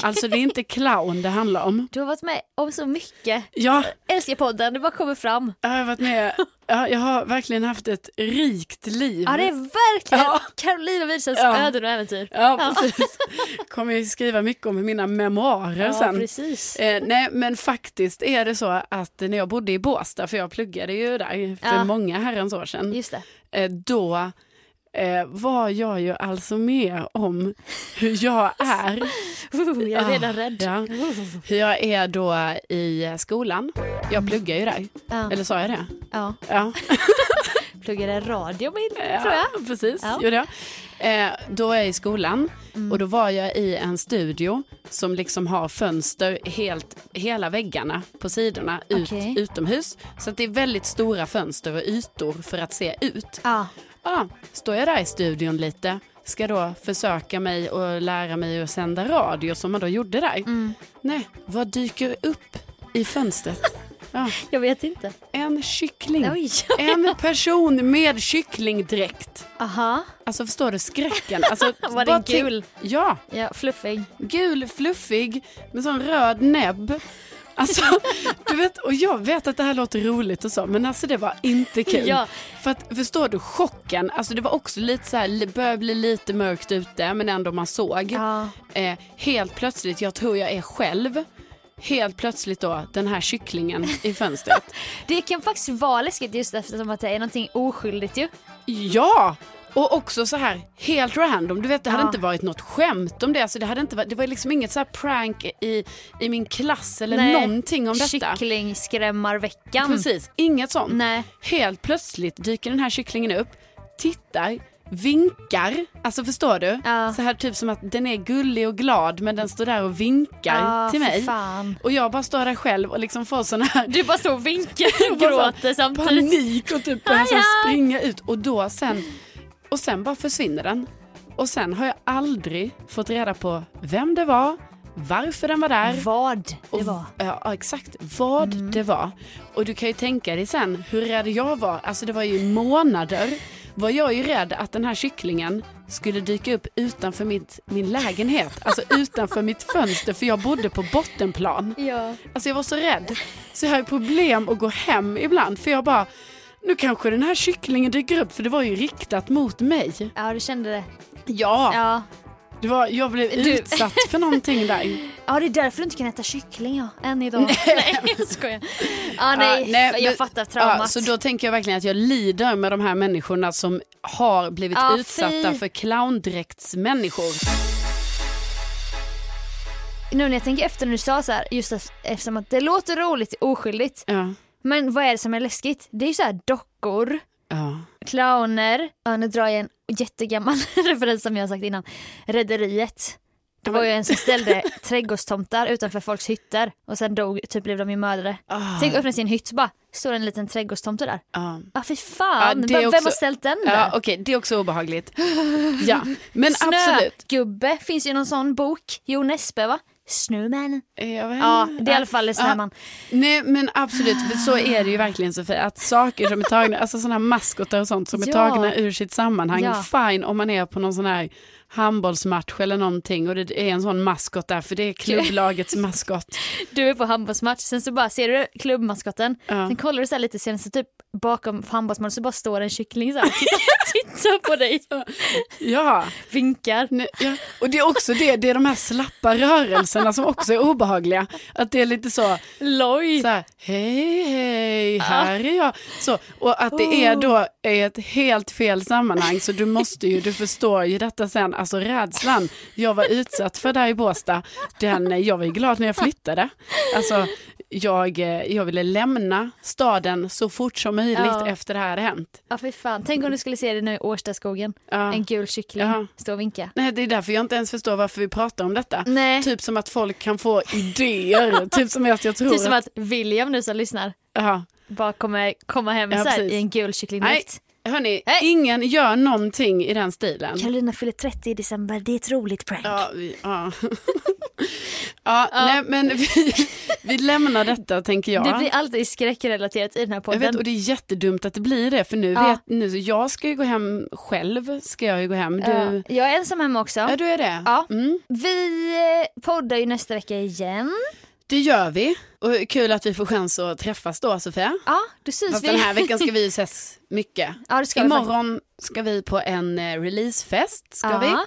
[SPEAKER 1] Alltså det är inte clown det handlar om.
[SPEAKER 2] Du har varit med om så mycket.
[SPEAKER 1] Ja,
[SPEAKER 2] Älskar podden, det bara kommer fram.
[SPEAKER 1] jag har varit med, ja, jag har verkligen haft ett rikt liv.
[SPEAKER 2] Ja det är verkligen
[SPEAKER 1] Mm. Ja.
[SPEAKER 2] Carolina Widerströms
[SPEAKER 1] Ja.
[SPEAKER 2] öden och äventyr.
[SPEAKER 1] Ja, precis. Kommer ju skriva mycket om i mina memoarer
[SPEAKER 2] Ja,
[SPEAKER 1] sen.
[SPEAKER 2] precis.
[SPEAKER 1] Eh, nej men faktiskt är det så att när jag bodde i Båstad, för jag pluggade ju där för
[SPEAKER 2] Ja.
[SPEAKER 1] många herrans år sedan,
[SPEAKER 2] Just det.
[SPEAKER 1] eh, då eh, var jag ju alltså med om hur jag är.
[SPEAKER 2] Uh, jag är
[SPEAKER 1] Ah,
[SPEAKER 2] redan rädd.
[SPEAKER 1] ja.
[SPEAKER 2] Uh.
[SPEAKER 1] Hur jag är då i skolan. Jag pluggar ju där,
[SPEAKER 2] Ja.
[SPEAKER 1] eller sa jag det?
[SPEAKER 2] Ja.
[SPEAKER 1] Ja,
[SPEAKER 2] Pluggade radio med,
[SPEAKER 1] Ja,
[SPEAKER 2] tror jag.
[SPEAKER 1] precis.
[SPEAKER 2] Ja. Mm.
[SPEAKER 1] Gjorde jag. Eh, då är jag i skolan och då var jag i en studio som liksom har fönster helt, hela väggarna på sidorna ut,
[SPEAKER 2] Okej.
[SPEAKER 1] utomhus. Så att det är väldigt stora fönster och ytor för att se ut.
[SPEAKER 2] Ja.
[SPEAKER 1] Ja, står jag där i studion lite, ska då försöka mig och lära mig att sända radio som man då gjorde där.
[SPEAKER 2] Mm.
[SPEAKER 1] Nej, vad dyker upp i fönstret? Ja,
[SPEAKER 2] Jag vet inte.
[SPEAKER 1] en kyckling.
[SPEAKER 2] Oj.
[SPEAKER 1] En person med kycklingdräkt.
[SPEAKER 2] Aha.
[SPEAKER 1] Alltså förstår du skräcken? Alltså,
[SPEAKER 2] Var
[SPEAKER 1] bara
[SPEAKER 2] den
[SPEAKER 1] tänk-
[SPEAKER 2] gul?
[SPEAKER 1] Ja,
[SPEAKER 2] Ja, fluffig.
[SPEAKER 1] gul, fluffig, med sån röd näbb. Alltså, du vet, och jag vet att det här låter roligt och så, men alltså det var inte kul.
[SPEAKER 2] Ja.
[SPEAKER 1] För att, förstår du chocken? Alltså det var också lite så här, det började bli lite mörkt ute, men ändå man såg.
[SPEAKER 2] Ja.
[SPEAKER 1] Eh, helt plötsligt, jag tror jag är själv, helt plötsligt då den här kycklingen i fönstret.
[SPEAKER 2] Det kan faktiskt vara läskigt just eftersom att det är någonting oskyldigt ju.
[SPEAKER 1] Ja! Och också så här helt random, du vet det hade
[SPEAKER 2] Ja.
[SPEAKER 1] inte varit något skämt om det, alltså, det, hade inte varit, det var liksom inget så här prank i, i min klass eller
[SPEAKER 2] Nej.
[SPEAKER 1] någonting om detta.
[SPEAKER 2] Kycklingskrämmarveckan.
[SPEAKER 1] Precis, inget sånt.
[SPEAKER 2] Nej.
[SPEAKER 1] Helt plötsligt dyker den här kycklingen upp, tittar, vinkar, alltså förstår du?
[SPEAKER 2] Ja.
[SPEAKER 1] Så här typ som att den är gullig och glad men den står där och vinkar
[SPEAKER 2] Ja,
[SPEAKER 1] till
[SPEAKER 2] för
[SPEAKER 1] mig.
[SPEAKER 2] Fan.
[SPEAKER 1] Och jag bara står där själv och liksom får sån här
[SPEAKER 2] Du bara står och vinkar och
[SPEAKER 1] Jag bara så-
[SPEAKER 2] gråter samtidigt.
[SPEAKER 1] panik och typ börjar
[SPEAKER 2] Aj,
[SPEAKER 1] så här
[SPEAKER 2] aj.
[SPEAKER 1] springa ut och då sen och sen bara försvinner den. Och sen har jag aldrig fått reda på vem det var, varför den var där.
[SPEAKER 2] Vad det
[SPEAKER 1] och-
[SPEAKER 2] var. Mm.
[SPEAKER 1] Ja, ja, exakt vad det var. Och du kan ju tänka dig sen hur rädd jag var. Alltså det var ju månader var jag ju rädd att den här kycklingen skulle dyka upp utanför mitt, min lägenhet. Alltså utanför mitt fönster för jag bodde på bottenplan.
[SPEAKER 2] Ja.
[SPEAKER 1] Alltså jag var så rädd. Så jag har ju problem att gå hem ibland för jag bara, nu kanske den här kycklingen dyker upp för det var ju riktat mot mig.
[SPEAKER 2] Ja, du kände det.
[SPEAKER 1] Ja,
[SPEAKER 2] Ja.
[SPEAKER 1] det var, jag blev utsatt för någonting där.
[SPEAKER 2] Ja, det är därför du inte kan äta kyckling ja. än idag. nej, jag skojar. Ja, nej,
[SPEAKER 1] Ja, nej,
[SPEAKER 2] jag
[SPEAKER 1] men-
[SPEAKER 2] fattar
[SPEAKER 1] Ja,
[SPEAKER 2] traumat.
[SPEAKER 1] så då tänker jag verkligen att jag lider med de här människorna som har blivit
[SPEAKER 2] Ja, fy.
[SPEAKER 1] utsatta för clowndräktsmänniskor.
[SPEAKER 2] Nu när jag tänker efter när du sa så här, just eft- eftersom att det låter roligt oskyldigt.
[SPEAKER 1] Ja,
[SPEAKER 2] Men vad är det som är läskigt? Det är ju så här dockor.
[SPEAKER 1] ja.
[SPEAKER 2] Clowner, ja, nu drar jag en jättegammal referens som jag har sagt innan. Rederiet. Det var ju en som ställde trädgårdstomtar utanför folks hytter och sen dog, typ blev de ju mördare.
[SPEAKER 1] Ah,
[SPEAKER 2] Tänk öppna sin hytt bara, står en liten trädgårdstomte där.
[SPEAKER 1] ja.
[SPEAKER 2] Ja ah, fy
[SPEAKER 1] Ja,
[SPEAKER 2] fan,
[SPEAKER 1] det är
[SPEAKER 2] vem, vem
[SPEAKER 1] också-
[SPEAKER 2] har ställt den där?
[SPEAKER 1] Ja, okej, det är också obehagligt. Ja, men absolut.
[SPEAKER 2] Snögubbe, finns ju någon sån bok. Jo Nesbø va? Snöman.
[SPEAKER 1] Jag vet-
[SPEAKER 2] Ja, det är i alla fall Snöman.
[SPEAKER 1] Nej men absolut, för så är det ju verkligen Sofia, att saker som är tagna, alltså sådana här maskotar och sånt som
[SPEAKER 2] Ja.
[SPEAKER 1] är tagna ur sitt sammanhang,
[SPEAKER 2] Ja.
[SPEAKER 1] fine om man är på någon sån här handbollsmatch eller någonting och det är en sån maskot där, för det är klubblagets maskot.
[SPEAKER 2] Du är på handbollsmatch, sen så bara ser du klubbmaskotten,
[SPEAKER 1] Ja.
[SPEAKER 2] sen kollar du så här lite, sen så typ bakom handbollsmålet så bara står en kyckling så här, tittar, tittar på dig,
[SPEAKER 1] Ja.
[SPEAKER 2] vinkar.
[SPEAKER 1] Nej, ja. Och det är också det, det är de här slappa rörelserna som också är obehagliga. Att det är lite så,
[SPEAKER 2] Loj!
[SPEAKER 1] så här, hej hej, här är jag. Så, och att det är
[SPEAKER 2] Oh.
[SPEAKER 1] då är ett helt fel sammanhang så du måste ju, du förstår ju detta sen, alltså rädslan jag var utsatt för där i Båstad, den, jag var ju glad när jag flyttade. Alltså, jag, eh, jag ville lämna staden så fort som möjligt
[SPEAKER 2] Ja.
[SPEAKER 1] efter det här hade hänt.
[SPEAKER 2] Ja fy fan, tänk om du skulle se det nu i Årstaskogen.
[SPEAKER 1] Ja.
[SPEAKER 2] En gul kyckling
[SPEAKER 1] Ja.
[SPEAKER 2] stå och vinka. Typ
[SPEAKER 1] Nej, det är därför jag inte ens förstår varför vi pratar om detta.
[SPEAKER 2] Nej, typ,
[SPEAKER 1] Typ som att folk kan få idéer, typ som att jag tror
[SPEAKER 2] som att William nu som lyssnar
[SPEAKER 1] Ja.
[SPEAKER 2] bara kommer komma hem
[SPEAKER 1] Ja,
[SPEAKER 2] så här,
[SPEAKER 1] precis.
[SPEAKER 2] i en gul kycklingdräkt.
[SPEAKER 1] Hörni,
[SPEAKER 2] Nej.
[SPEAKER 1] ingen gör någonting i den stilen.
[SPEAKER 2] Carolina fyller 30 i december, det är ett roligt prank.
[SPEAKER 1] Ja, vi, ja. ja, Nej, men vi, vi lämnar detta tänker jag.
[SPEAKER 2] Det blir alltid skräckrelaterat i den här
[SPEAKER 1] jag
[SPEAKER 2] podden.
[SPEAKER 1] vet, och det är jättedumt att det blir det, för nu
[SPEAKER 2] Ja.
[SPEAKER 1] vet nu, så jag ska ju gå hem själv, ska jag ju gå hem. Du, ja.
[SPEAKER 2] Ja, Jag är ensam hemma också.
[SPEAKER 1] du är det?
[SPEAKER 2] Ja.
[SPEAKER 1] Mm,
[SPEAKER 2] Vi eh, poddar ju nästa vecka igen.
[SPEAKER 1] det gör vi. Och kul att vi får chans att träffas då, Sofia.
[SPEAKER 2] Ja, då syns
[SPEAKER 1] Fast
[SPEAKER 2] vi.
[SPEAKER 1] den här veckan ska vi ju ses mycket.
[SPEAKER 2] ja, det ska vi.
[SPEAKER 1] Imorgon ska vi på en eh, releasefest, ska vi.
[SPEAKER 2] Ja,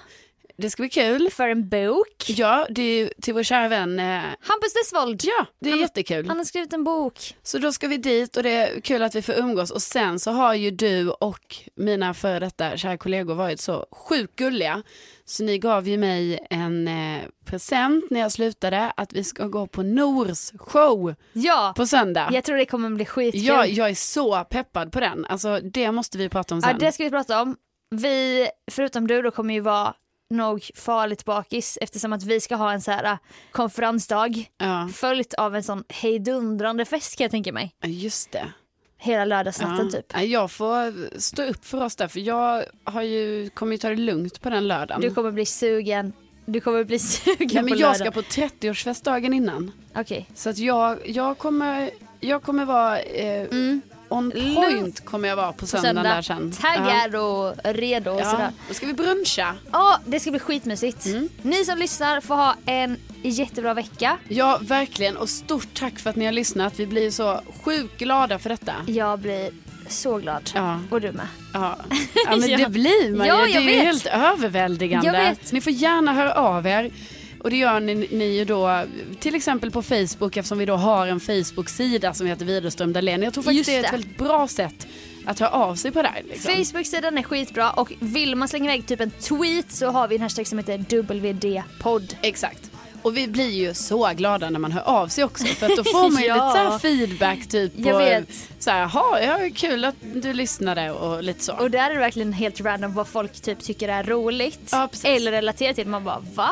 [SPEAKER 1] Det ska bli kul.
[SPEAKER 2] För en bok.
[SPEAKER 1] Ja, det är ju till vår kära vän. eh,
[SPEAKER 2] Hampus Dessvold.
[SPEAKER 1] Ja, det är
[SPEAKER 2] Han-
[SPEAKER 1] jättekul.
[SPEAKER 2] Han har skrivit en bok.
[SPEAKER 1] Så då ska vi dit och det är kul att vi får umgås. Och sen så har ju du och mina före detta kära kollegor varit så sjukt gulliga. Så ni gav ju mig en eh, present när jag slutade att vi ska gå på Nors show
[SPEAKER 2] Ja,
[SPEAKER 1] på söndag.
[SPEAKER 2] jag tror det kommer bli skitkul.
[SPEAKER 1] Ja, jag är så peppad på den. Alltså det måste vi prata om
[SPEAKER 2] Ja,
[SPEAKER 1] sen.
[SPEAKER 2] det ska vi prata om. Vi, förutom du då, kommer ju vara nog farligt bakis eftersom att vi ska ha en så här eh, konferensdag
[SPEAKER 1] Ja,
[SPEAKER 2] följt av en sån hejdundrande fest kan jag tänka mig.
[SPEAKER 1] just det.
[SPEAKER 2] Hela lördagsnatten typ.
[SPEAKER 1] Ja, jag får stå upp för oss där för jag har ju, kommer ju ta det lugnt på den lördagen.
[SPEAKER 2] Du kommer bli sugen. Du kommer bli sugen
[SPEAKER 1] Mm. Nej,
[SPEAKER 2] på
[SPEAKER 1] men jag
[SPEAKER 2] lördag.
[SPEAKER 1] ska på 30-årsfestdagen innan.
[SPEAKER 2] Okej.
[SPEAKER 1] Så att jag, jag, kommer, jag kommer vara eh,
[SPEAKER 2] Mm.
[SPEAKER 1] on
[SPEAKER 2] Lugn.
[SPEAKER 1] point kommer jag vara på söndagen
[SPEAKER 2] söndag.
[SPEAKER 1] där sen.
[SPEAKER 2] Taggad och redo och
[SPEAKER 1] Ja. Ja.
[SPEAKER 2] sådär.
[SPEAKER 1] Då ska vi bruncha.
[SPEAKER 2] Ja, det ska bli skitmysigt.
[SPEAKER 1] Mm.
[SPEAKER 2] Ni som lyssnar får ha en jättebra vecka.
[SPEAKER 1] Ja, verkligen. Och stort tack för att ni har lyssnat. Vi blir så sjukt glada för detta.
[SPEAKER 2] Jag blir så glad.
[SPEAKER 1] Ja,
[SPEAKER 2] Och du med.
[SPEAKER 1] ja. ja men
[SPEAKER 2] Ja.
[SPEAKER 1] det blir man
[SPEAKER 2] Ja,
[SPEAKER 1] ju. Det är
[SPEAKER 2] jag
[SPEAKER 1] ju
[SPEAKER 2] vet.
[SPEAKER 1] helt överväldigande.
[SPEAKER 2] Jag vet.
[SPEAKER 1] Ni får gärna höra av er. Och det gör ni, ni ju då till exempel på Facebook eftersom vi då har en Facebook-sida som heter Widerström Dahlén. Jag tror faktiskt
[SPEAKER 2] Just
[SPEAKER 1] det är ett
[SPEAKER 2] det.
[SPEAKER 1] väldigt bra sätt att höra av sig på där. Liksom.
[SPEAKER 2] Facebook-sidan är skitbra och vill man slänga iväg typ en tweet så har vi en hashtag som heter WD-podd.
[SPEAKER 1] Exakt. Och vi blir ju så glada när man hör av sig också för att då får man ju
[SPEAKER 2] Ja.
[SPEAKER 1] lite så här feedback typ på
[SPEAKER 2] Jag vet.
[SPEAKER 1] så här, jaha, ja, kul att du lyssnade och lite så.
[SPEAKER 2] Och där är det verkligen helt random vad folk typ tycker är roligt.
[SPEAKER 1] Ja, precis.
[SPEAKER 2] eller relaterar till. Man bara va?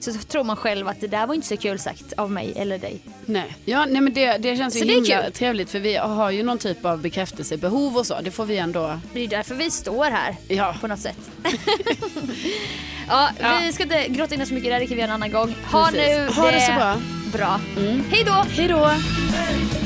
[SPEAKER 2] Så tror man själv att det där var inte så kul sagt av mig eller dig.
[SPEAKER 1] nej. Ja, nej men det, det känns ju
[SPEAKER 2] Så det är
[SPEAKER 1] himla
[SPEAKER 2] kul.
[SPEAKER 1] trevligt för vi har ju någon typ av bekräftelsebehov och så, det får vi ändå,
[SPEAKER 2] Det är därför vi står här
[SPEAKER 1] ja.
[SPEAKER 2] på något sätt. ja,
[SPEAKER 1] Ja.
[SPEAKER 2] vi ska inte grotta in oss så mycket där, det Mm. kan vi göra en annan gång. Ha
[SPEAKER 1] Precis.
[SPEAKER 2] nu
[SPEAKER 1] Ha det så bra.
[SPEAKER 2] bra. Hej då!
[SPEAKER 1] Hej då!
[SPEAKER 3] Hey,